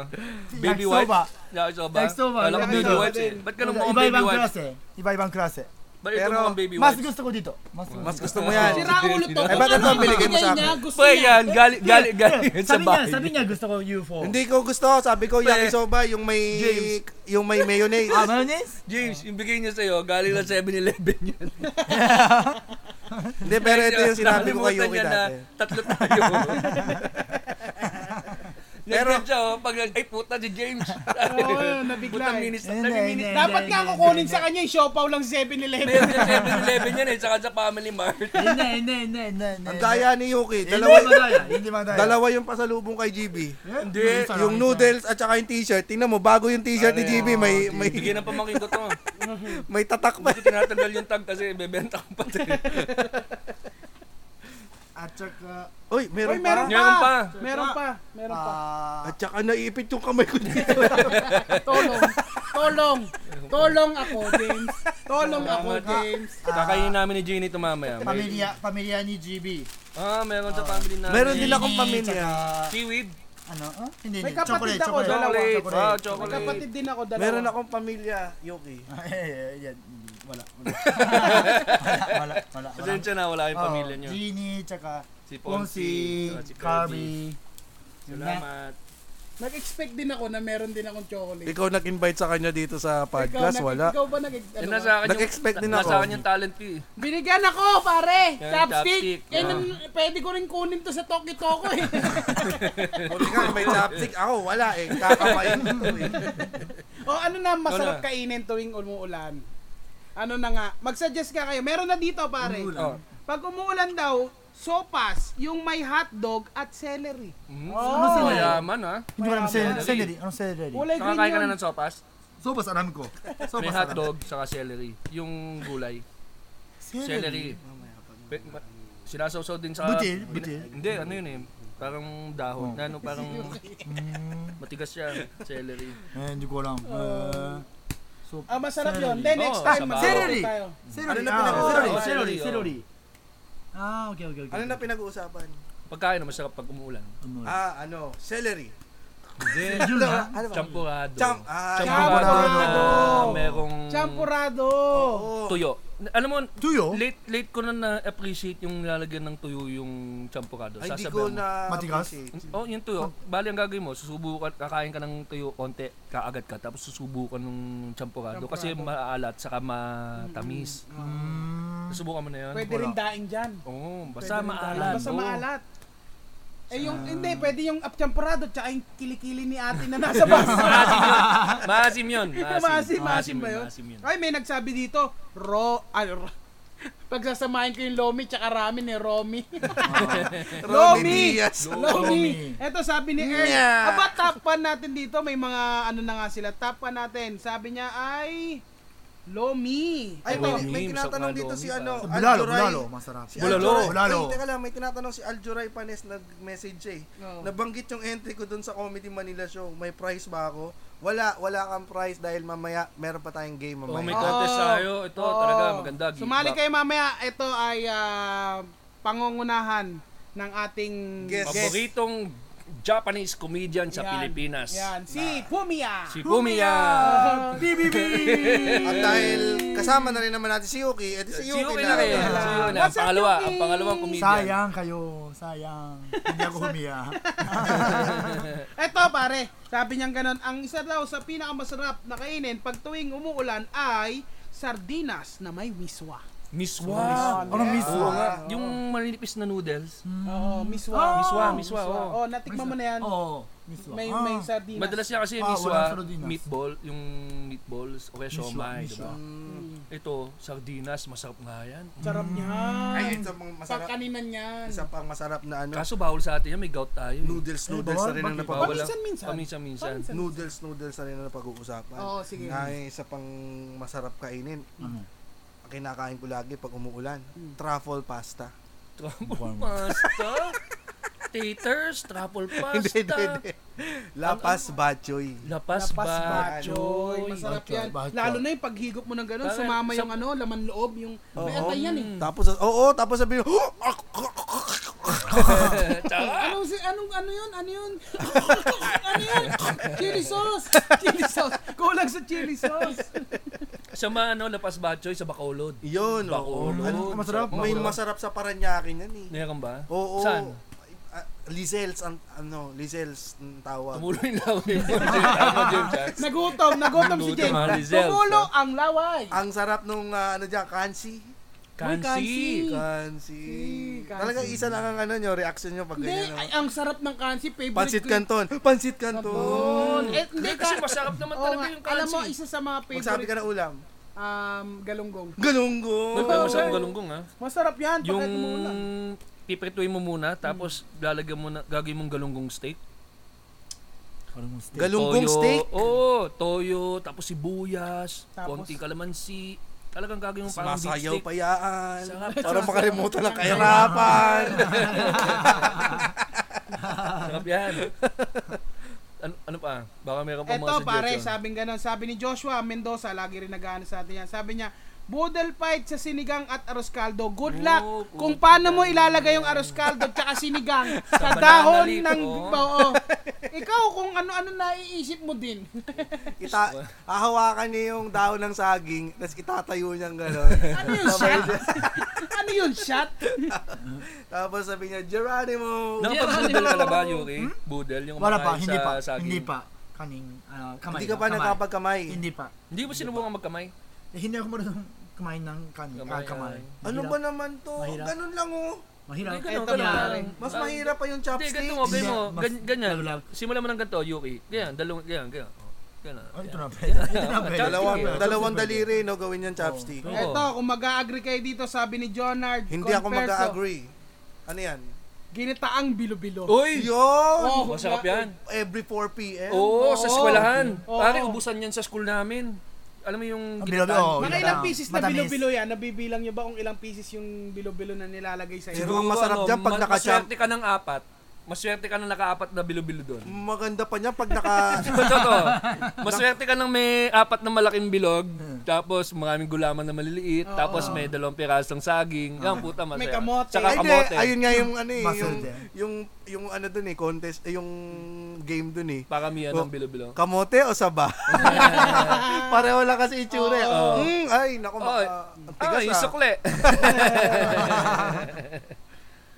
Baby Yakisoba. wipes? Yakisoba. Yakisoba, Kala ko baby yakisoba wipes eh. din. Ba't ganun mukhang baby Iba-ibang wipes? klase. Iba-ibang klase. Ba't ito Pero, mukhang baby Mas wipes? gusto ko dito. Mas gusto Mas ko. gusto mo yan. Sira ulo to. Eh, ba't Kung ito ano binigay mo sa ibigay akin? niya, gusto Boy, niya. yan. Galit, galit, galit sa Sabi niya, bahay. sabi niya gusto ko UFO. Hindi ko gusto. Sabi ko, yakisoba, yung may... James. Yung may mayonnaise. Ah, mayonnaise? James, yung bigay niya sa'yo, galing lang 7-Eleven yun. Hindi, pero ito yung sinabi ko kay Nakalimutan Yuki niya na dati. Tatlo tayo. Pero, Pero- siya, oh, pag, ay puta si James. Oo, nabigla Putang eh. minis, Hindi, 30 minutes. hindi. Dapat nga kukunin sa kanya yung siopaw lang 7-Eleven. Meron yung 7-Eleven yan eh, saka sa Family Mart. Hindi, hindi, hindi, hindi. hindi. Ang daya ni Yuki. Hindi Dalawa, madaya, hindi madaya. Eh? dalawa yung pasalubong kay GB. Hindi, isa lang, Yung isa. noodles at saka yung t-shirt. Tingnan mo, bago yung t-shirt ni Pare, GB, may may Bigyan ng pamangkin ko to. may tatak pa. Hindi ko tinatanggal yung tag kasi bebenta ko pa. eh. At saka, Uy, Uy, meron pa. meron Meron pa. Meron pa, meron pa. ah, At saka naipit yung kamay ko dito. Ah. Tolong. Tolong. Tolong ako, James. Tolong ako, James. Kakainin namin ni Jeannie ito mamaya. May- pamilya, pamilya ni GB. Ah, meron sa family namin. meron din akong Ni- pamilya. tsaka, Seaweed. Ano? ah? Hindi, May hindi. kapatid Chocolate, ako, chocolate. dalawa. Chocolate. Chocolate. Ah, May chocolate. kapatid din ako dalawa. Meron akong pamilya, Yuki. Eh, yan. hindi. Wala. Wala. Wala. Wala. Wala. Pasensya na, wala yung Oo, pamilya niyo. Genie, tsaka Si Ponsi, tsaka si Kirby. Carby. Salamat. Nag-expect din ako na meron din akong chocolate. Ikaw nag-invite sa kanya dito sa podcast, nag- wala. Ikaw ba nag ano Eh, ba? nasa akin yung- Nag-expect din ako. Nasa akin yung talent ko eh. Binigyan ako, pare. Yan, chopstick. Chopstick. Eh, Ah. nan- pwede ko rin kunin to sa Tokyo Toko eh. Buti nga, may chopstick. Ako, wala eh. Kakapain ko eh. o ano na masarap Ano? kainin tuwing umuulan? Ano na nga? Mag-suggest ka kayo. Meron na dito, pare. Oh. Pag umuulan daw, sopas, yung may hotdog at celery. Mm. Ano sa Mayaman ha. Hindi ko alam Celery. celery. Celery. Anong celery? Kulay green Nakakain ka na yun. ng sopas. Sopas alam ko. May Sopas alam ko. hotdog, saka celery. Yung gulay. Celery. Pe- ma- Sinasawsaw din sa... Butil, butil. Hindi, ano yun eh. Parang dahon. Na ano, parang matigas siya. Celery. Eh, hindi ko alam. Eh, so- Ah, masarap yun. Then next Oo, time, sabaw. mag-celery Celery. tayo. Celery. Ano na ah, pinag- celery, Oh, Celery. celery, oh. Celery. Ah, okay, okay, okay. Ano na pinag-uusapan? Pagkain na masarap pag umuulan. Amoy. Ah, ano? Celery. Hindi. Yun ha? Ano ba? Champurado. Cham, ah, Champurado Champurado. na merong Champurado. oo. Oh. tuyo. Na- Alam mo, Tuyo? Oh. late late ko na na-appreciate yung nilalagyan ng tuyo yung champurado. Ay, di Sasabihan ko mo. na Matigas? appreciate. Oh, yung tuyo. Bali ang gagawin mo, susubukan kakain ka ng tuyo konti, kaagad ka tapos susubukan ng champurado, kasi maalat saka matamis. Mm. Susubukan mo na 'yon. Mm-hmm. Pwede rin daing dyan. Oo, Pwede basta rin maalat. Oh. daing. Basta oo. maalat. Eh yung, hindi, pwede yung apchampurado tsaka yung kilikili ni ate na nasa bus. Maasim yun. Maasim, maasim ba yun? Maasim yun. Ay, may nagsabi dito, raw, ay, r- pagsasamahin ko yung lomi tsaka ramen ni Romy. Romy Diaz. Lomi! Ito sabi ni Earl, Nya. aba tapan natin dito, may mga ano na nga sila, tapan natin. Sabi niya ay, Lomi. Ay, may, Lomi, may masarap tinatanong nga dito lomi, si pare. ano, Bulalo, Aljuray. bulalo. Masarap. Si Bulalo. Aljuray. Bulalo. Ay, teka lang, may tinatanong si Aljuray Panes nag-message siya eh. Oo. Nabanggit yung entry ko dun sa Comedy Manila show. May prize ba ako? Wala, wala kang prize dahil mamaya meron pa tayong game Oh, mamaya. may contest Oo. tayo. Ito Oo. talaga maganda. Give Sumali back. kayo mamaya, ito ay ah, pangungunahan ng ating Guest. Paboritong Japanese comedian sa Yan. Pilipinas. Yan, si Pumia. Si Pumiya. BBB! At dahil kasama na rin naman natin si Yuki, eto si Si Yuki, Yuki na. na rin. Si Yuki na. Ang What's up, pangalawa. Yuki? Ang pangalawang comedian. Sayang kayo. Sayang. Hindi ako humiya. Ito, Oo, pare. Sabi niyang ganun, ang isa daw sa pinakamasarap na kainin pag tuwing umuulan ay sardinas na may miswa. Miswa. Ano mismo? Oo nga. Yung malinipis na noodles. Oo, miswa. Ah, miswa, miswa, oo. Oo, natikman mo na yan. Oo, miswa. May, Ah. may sardinas. Madalas niya kasi Ah, walang miswa, sardinas. meatball, yung meatballs, o kaya Miswa, siomay, miswa. diba? Ito, sardinas, masarap nga yan. Sarap niyan. Ay, isa pang masarap, Pagkaninan yan. Hmm. isa pang masarap na ano, Kaso bawal sa atin yan, may gout tayo. eh. noodles, noodles na rin ang bakit? napag- Paminsan-minsan. Paminsan-minsan. Paminsan. noodles, noodles na rin ang napag-uusapan. Oo, sige. Ay, isa pang masarap kainin. Ano? Ang Kinakain ko lagi pag umuulan, truffle pasta. Truffle pasta. Taters, truffle pasta. Hindi, hindi, hindi. Lapas bachoy. Lapas, Lapas bachoy. bachoy. Masarap Bachoy, yan. bachoy. Lalo na yung paghigop mo ng ganun, Pare, sumama sa- yung ano, laman loob, yung may atay yan eh. Tapos, oo, tapos sabi "Oh, mo, Anong, si- anong, ano yun? Ano yun? ano yun? Chili sauce! Chili sauce! Kulang sa chili sauce! sa mga ano, lapas bachoy, sa Bacolod. Yun, oo. Bacolod. Ano, masarap? may masarap sa Paranaque yan eh. Meron ba? Oo. Saan? Ah, Lizels ang ano, Lizels ang tawag. Tumuloy na ako yun. Ano, James? ah? Nagutom, nagutom si Nagutom ang Jane. Rizal. Tumulo ang laway. Ang sarap nung ah, ano diyan, kansi. Kansi. Kansi. kansi. Talaga isa lang ang ano nyo, reaction nyo pag Hindi, ganyan. ay, Ano. ang sarap ng kansi. Oh Favorite Pansit ko yun. Canton. Pansit Canton. Doon. Eh, hindi Hindi, ka. kasi masarap naman Oo talaga nga. yung kansi. Alam mo, isa sa mga Magsabi favorite, ka na ulam. um, galunggong. Galunggo. Nagtamas ang galunggong ha. Masarap yan. Yung... Yung piprituin mo muna, tapos lalagyan mo na, gagawin mong galunggong steak. Galunggong Toyo- steak. Oo, toyo, tapos sibuyas, Tapos- konting kalamansi. Talagang gagawin mong parang beef Masayaw steak. pa yaan. Sarap. Para makaremoto ng kahirapan. Sarap yan. ano, ano pa? Baka meron pa mga Eto suggestion. pare, sabing ganun. Sabi ni Joshua Mendoza, lagi rin nag sa atin yan. Sabi niya, Boodle fight sa sinigang at arroz caldo. Good luck Oh, kung paano mo ilalagay yung arroz caldo tsaka sinigang sa, banana dahon leaf, ng oh. oo. Ikaw kung ano-ano naiisip mo din. Kita, ahawakan niya yung dahon ng saging, tapos itatayo niyang gano'n. ano yun shot? ano yun shot? tapos sabi niya, Geronimo. Nakapag-budel ka na ba, Yuri? Budel? Yung Wala pa, kumakain hindi sa pa. saging. Hindi pa. Kaning, ano, kamay. Hindi ka pa kamay. nakapagkamay. Hindi pa. Hindi mo sinubukan magkamay? Eh, hindi ako marunong kumain ng kanin. Ah, Kamay, kamay. ay. Ano ba naman to? Mahirap. Ganun lang oh. Mahirap. Hindi, Mahirap. ganun, Eto ganun. na. lang. Mas Ah, mahirap pa yung Hindi, chopsticks. ganito mo, ganyan mo. Mas- Gan- Ganyan. love, love. Simulan mo ng ganito, Yuki. Ganyan, dalawang, ganyan, ganyan. Oh, Ganyan. Ay, ito Ganyan. na pwede. Ito na pwede. Dalawang, Chopstick, Oh. eh. dalawang daliri, no, gawin yung chopstick. Oo. Eto, kung mag-agree kayo dito, sabi ni Jonard. Hindi ako Converso, mag-agree. Ano yan? Ginitaang bilo-bilo. Uy! Yun! Oh, Masarap yan. Every 4 p.m. Oo, Oo. sa eskwelahan. Oo. Pare, ubusan yan sa school namin. Alam mo yung Ang ginitaan? bilo-bilo, oo. Mga Yun ilang lang. pieces na Matamis. bilo-bilo yan? Nabibilang nyo ba kung ilang pieces yung bilo-bilo na nilalagay sa iyo? Siguro ang masarap dyan pag ano, ma- naka-champ- Maswerte ka ng apat. Maswerte ka ng naka-apat na bilo-bilo doon. Diba, Maganda pa niya pag naka... Totoo. Maswerte ka ng may apat na malaking bilog, Hmm. tapos maraming gulaman na maliliit, tapos may dalawang pirasong saging. Yan, puta masaya. May kamote. Ay, Tsaka kamote. Hindi, ayun nga yung ano eh, Muscle yung, din. yung, yung ano dun eh, contest, eh, yung game dun eh. Paramihan Oh. ng bilo-bilo. Kamote o saba? Pareho lang kasi itsura. eh. Mm, ay, naku, Oh, maka, ang tigas ah, ah. isukle.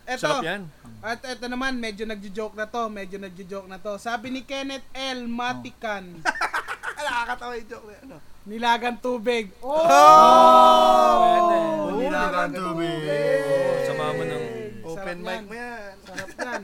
Sarap Eto, yan. At ito naman, medyo nagjo-joke na to, medyo nagjo-joke na to. Sabi ni Kenneth L. Matikan, Ah, Nakakatawa yung joke na yan, oh. nilagang tubig. Oh! Oh! Oo, Nilagang tubig. Oh, sama mo ng... Open Sarap mic yan. mo yan. Sarap yan.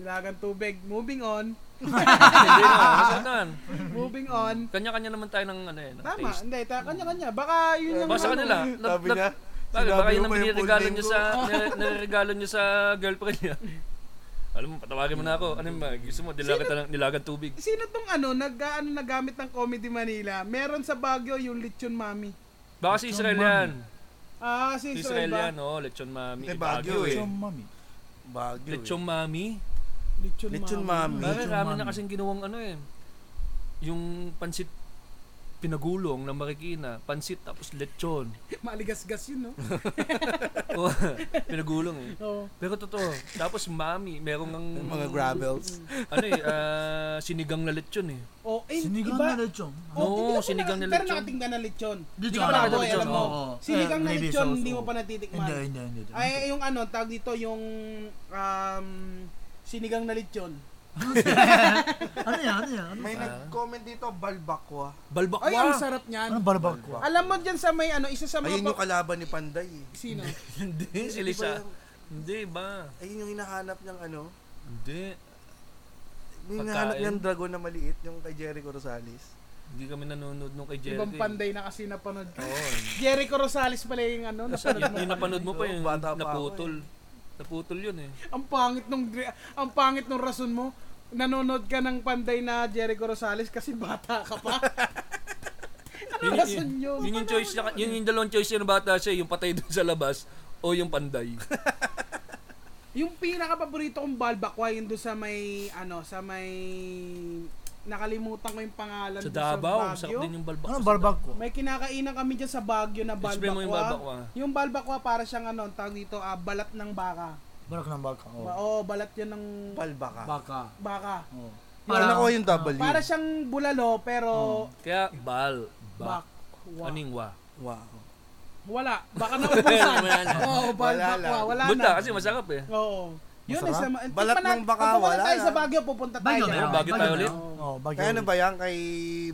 Nilagang tubig. Moving on. Hindi na, masarap na yan. Moving on. Kanya-kanya naman tayo ng ano eh, ng Tama, taste. hindi. Ta- kanya-kanya. Baka yun yung... ano, Basta sa kanila. nag- Sabi nag- niya, Bakit? sinabi Baka yun mo ang pa yung full biniregalo name niyo ko. sa, nire- niregalo niyo sa girlfriend niya. Alam mo, patawarin mo na ako. Ano yung mga gusto mo? Dilaga kita ng nilagang tubig. Sino tong ano, nag, ano, nagamit ng Comedy Manila? Meron sa Baguio yung Lechon Mami. Baka si Israel yan. Ah, si Si Israel Israel ba? yan, oh. Lechon Mami. Eh, Eh, Baguio eh. Yung mami. Bagyo eh. Lechon Mami. Lechon, Lechon Mami. mami. Bakit rami na kasing ginawang ano eh. Yung pansit pinagulong ng Marikina, pansit tapos lechon. Maligasgas yun, no? Oh, pinagulong eh. Oo. Pero totoo, tapos mami, merong ang, Yung Mga gravels. ano eh, ah, sinigang na lechon eh. Oh, eh, Sinigang iba- Oh, na lechon. Oo, sinigang na lechon. Pero lechon. nakatingga na lechon. Hindi Lechon. ka Ah, pa boy, lechon, alam mo. oo. Sinigang na Eh, gravy lechon, sauce, hindi mo oo. pa natitikman. Hindi, hindi, hindi. Ay, yung ano, tawag dito, yung um, sinigang na lechon. ano yan? Ano yan? Ano? May nag-comment dito, balbakwa. Balbakwa. Ay, ang sarap niyan. Ano Anong balabag ko? Alam mo dyan sa may ano, isa sa mga... Ayun yung pa- kalaban ni Panday eh. Sino? Hindi, Di si ba Lisa. yung- Hindi ba? Ayun yung hinahanap niyang ano, Hindi. yung Pagkain. hinahanap niyang dragon na maliit, yung kay Jericho Rosales. Hindi kami nanonood nung kay Jericho. eh. Ibang panday na kasi napanood. Oo. Jericho Rosales pala yung ano, Tapos napanood yung, yung mo. napanood mo pa, yung Oo, bata pa ako eh. naputol. Naputol yun eh. ang pangit nung dre- ang pangit nung rason mo. Nanonood ka ng panday na Jericho Rosales kasi bata ka pa. ano Yun, rason yun, yun? yun yung choice niya, yun yung dalawang choice niya ng bata siya, eh. yung patay dun sa labas o yung panday. Yung pinaka-paborito kong balbakwa yun doon sa may, ano, sa may, nakalimutan ko yung pangalan sa doon sa Davao, Baguio. masarap din yung balbak. Ano, Anong balbag ko? May kinakainan kami dyan sa Baguio na Explain balbakwa. mo yung balbakwa. Yung balbakwa para siyang ano, tawag dito, ah, balat ng baka. Barak ng baka. Oo, Oh. balat yun ng Balbaka. Baka. baka. Oh. Parang Parang- ako yung W. Para siyang bulalo pero Kaya bal, bak, bakwa. aning wa. Wow. Wala. Baka naubusan. Wala na. Oo, balbakwa. Wala na. Buta kasi masarap eh. Oo. Yun Masarap. isa ma- Balat Tikman ng baka, pag pumunta wala eh. tayo sa na. Baguio, pupunta tayo. Bagyo dyan. na yun. Bagyo tayo ulit? Oo. Oh, bagyo. Kaya ano ba yan kay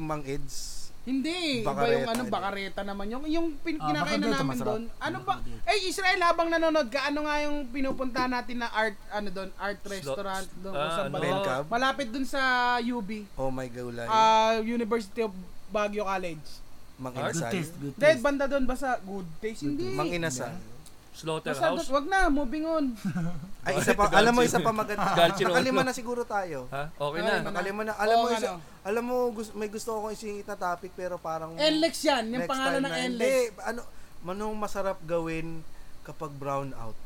Mang Eds? Hindi, iba Bakareta eh. yung ano, yun. bakareta naman. Yung, yung pin- Ah, kinakainan bakareta, namin masarap. doon. Ano ba? Eh, Israel, habang nanonood ka, ano nga yung pinupunta natin na art, ano doon, art restaurant doon ah, sa ano? Baguio? Belcab? Malapit doon sa UB, Oh my Gaulay. ah, University of Baguio College. Mang Good Art? Inasal. taste, good Dahil taste. banda doon, basta good taste. Hindi. Mang Inasal. Basta doon, Slaughterhouse. wag na, moving on. Ay, isa pa, alam mo isa pa maganda. Galchino. Nakalima na siguro tayo. Ha? Okay na. Ano na? Nakalima na. Alam mo, Oo, isa, ano? alam mo gusto, may gusto akong isingit na topic pero parang... Enlex E yan, yung next pangalan time ng E na- Enlex. Hindi, ano, manong masarap gawin kapag brown out.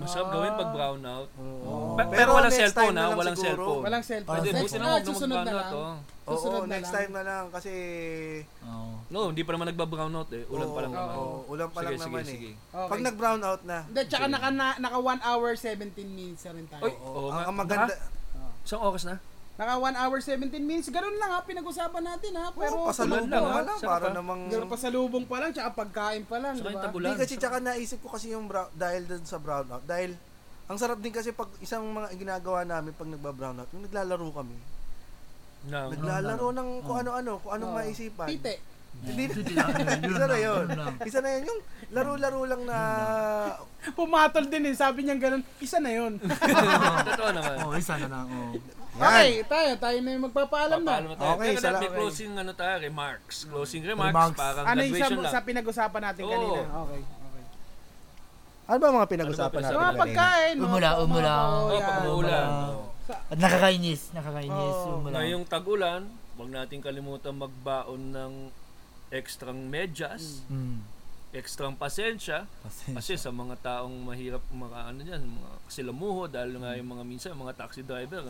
Masarap gawin Ah. pag brown out. Oo. Pe- Pero walang next cellphone time na ha, lang walang siguro. cellphone. Walang cellphone. Ah, Parang Hindi, Next buti cellphone. na na, huwag na Ah, susunod na mag-brown lang. out. oh. Oo, Susunod na next lang. time na lang kasi... Oo. No, hindi pa naman nagba-brown out eh. Ulan pa lang oo, naman. oo, ulan pa lang Sige, naman sige, sige. eh. Okay. Pag nag-brown out na, Hindi, tsaka naka, na- naka 1 hour 17 minutes na rin tayo. Oy, oo, oo ang, nga. ang maganda... Isang oras na? Naka 1 hour 17 minutes. Ganun lang ha, pinag-usapan natin ha. Pero Oo, pasalubong lang, ha? ka lang. Sarap, Para ha? namang... Pero pasalubong pa lang, tsaka pagkain pa lang, Saka di yung ba? tabulan. Hindi kasi tsaka naisip ko kasi yung brown, dahil dun sa brownout. Dahil ang sarap din kasi pag isang mga ginagawa namin pag nagba-brownout, yung naglalaro kami. No. Naglalaro ng kung ano-ano, kung anong Oo. maisipan. Tite. Hindi Titi lang, yun Isa na yun. lang, yun lang. Isa na yun. Yung laro-laro lang na... Pumatol din eh. Sabi niya ganun, isa na yun. Totoo naman. Oo, isa na lang. oo. okay, tayo. Tayo na yung magpapaalam Papaalam na. na tayo. Okay, Pero dapat salamat. may closing ano tayo, remarks. Closing remarks, Remarks. parang Ano yung sa, graduation lang. sa pinag-usapan natin Oo. kanina? Okay. okay. Ano ba mga pinag-usapan Ano ba natin? Yung mga kanina? pagkain. mga- Umula, mga umula. baboy, Oo, yan. pag umuulan. Ah, At nakakainis, nakakainis. Oo. yung wala. Ngayong tag-ulan, huwag natin kalimutan magbaon ng Hmm. extrang medyas, Mm. extrang pasensya, Kasi, kasi sa mga taong mahirap maka ano dyan, mga silamuho, dahil nga yung mga minsan, mga taxi driver,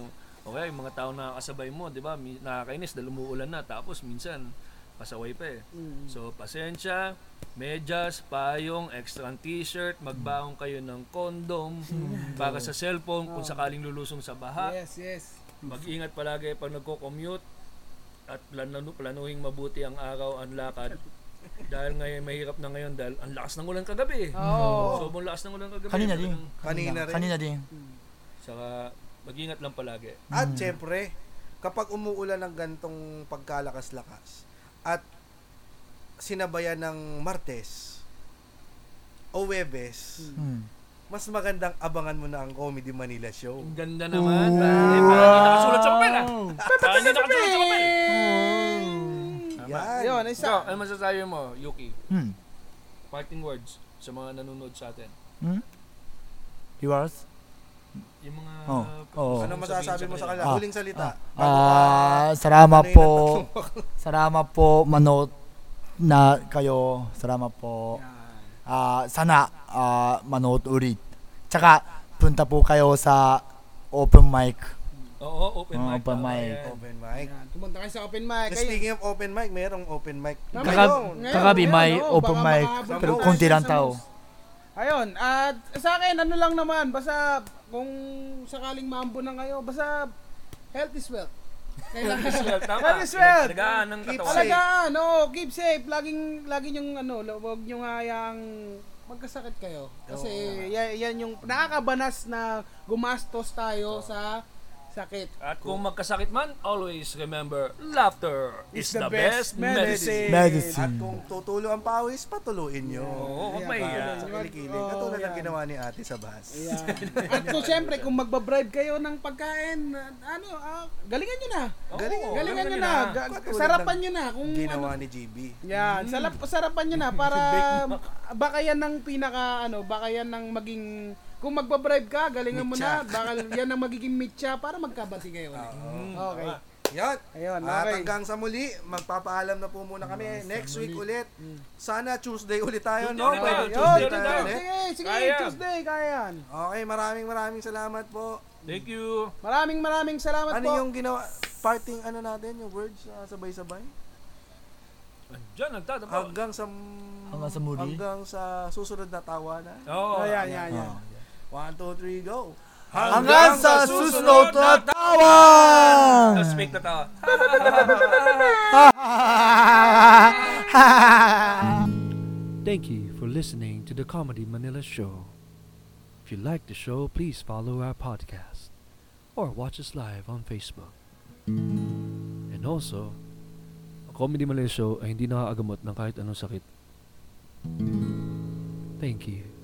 okay, yung mga taong nakakasabay mo, di ba, mi- nakakainis dahil umuulan na, tapos minsan, pasaway pa eh. Mm. So, pasensya, medyas, payong, extra t-shirt, magbaon kayo ng condom para sa cellphone kung sakaling lulusong sa baha. Yes, yes. Mag-ingat palagi pag nagko-commute at plano, planuhin mabuti ang araw, ang lakad. dahil ngayon mahirap na ngayon dahil ang lakas ng ulan kagabi. Oo. Sobrang lakas ng ulan kagabi. kanina din. Talagang- Kanina rin. Kanina din. Saka mag-ingat lang palagi. At Hmm. syempre, kapag umuulan ng gantong pagkalakas-lakas at sinabayan ng Martes o Webes, Mm. mas magandang abangan mo na ang Comedy Manila Show. Ang ganda naman. Eh, Parang parang nakasulat sa kapela. Parang hindi nakasulat sa kapela. Yan. Yun, isa. Ikaw, ano masasabi mo, Yuki? Mm. Parting words sa mga nanonood sa atin. Mm? Yours? Yung mga... Oh, oo. Ano masasabi mo sa kanila? Ah. Huling salita. Ah, salamat Ano yun, po. Salamat po manot na kayo. Salamat po. Ah, sana ah, manood ulit. Tsaka punta po kayo sa open mic. Oo, open Oo, Oh, mic. open tama mic. yan. Open mic. Yan, Pumunta kayo sa open mic. Kayo- Speaking of open mic, merong open mic. Tama. Kakab- Ngayon. Ngayon, kagabi ngayon, may oo, open baka mic makahabol pero tayo konti sa lang isang tao. news. Ayun, at sa akin, ano lang naman, basta kung sakaling maambo na kayo, basta health is wealth. Kailangan Well, tama. Health is wealth. Pinagtagaan ng Keep katawan. safe. Alagaan, oo, ano, keep safe. Laging, laging yung ano, lo- huwag nyo nga yung magkasakit kayo. Kasi ya- yan, yung nakakabanas na gumastos tayo sa Sakit. At kung magkasakit man, always remember, laughter is It's the the, best best, medicine. medicine. At Medicine. kung tutulo ang pawis, patuloyin nyo. Oo, Para huwag maiyak. sa kilikiling. Oo, Katulad ng yan. ginawa ni ate sa bus. Ayan. At so, syempre, kung magbabribe kayo ng pagkain, ano, ah, galingan nyo na. Oo, Galingan- Galingan nyo nyo na. Ga- Katulad sarapan ng nyo na. Kung ano, Ginawa ni GB. Yan, sarap, sarapan nyo na para baka yan ang pinaka ano, baka yan ang maging kung magbabribe ka, galingan mo na, baka yan ang magiging mitya para magkabati kayo. ulit. okay. Yan. Ayun, At okay. hanggang sa muli, magpapaalam na po muna kami. Next week ulit. Sana Tuesday ulit tayo, no? Tuesday Pwede Tuesday na. Tuesday na tayo tayo. ulit. Sige, sige, Kaya. Tuesday, kayan. Okay, maraming maraming salamat po. Thank you. Maraming maraming salamat Ano po. yung ginawa, parting ano natin, yung words, ah, sabay-sabay? Andiyan, nagtatapa. Hanggang sa... Hanggang sa muli. Hanggang sa susunod na tawa na. Oo. Ayan, ayan, ayan. One, two, three, go! Hanggang sa susunod na tawang! Tapos fake na tawa. Thank you for listening to the Comedy Manila Show. If you like the show, please follow our podcast or watch us live on Facebook. And also, ang Comedy Manila Show ay hindi nakaagamot ng kahit anong sakit. Thank you.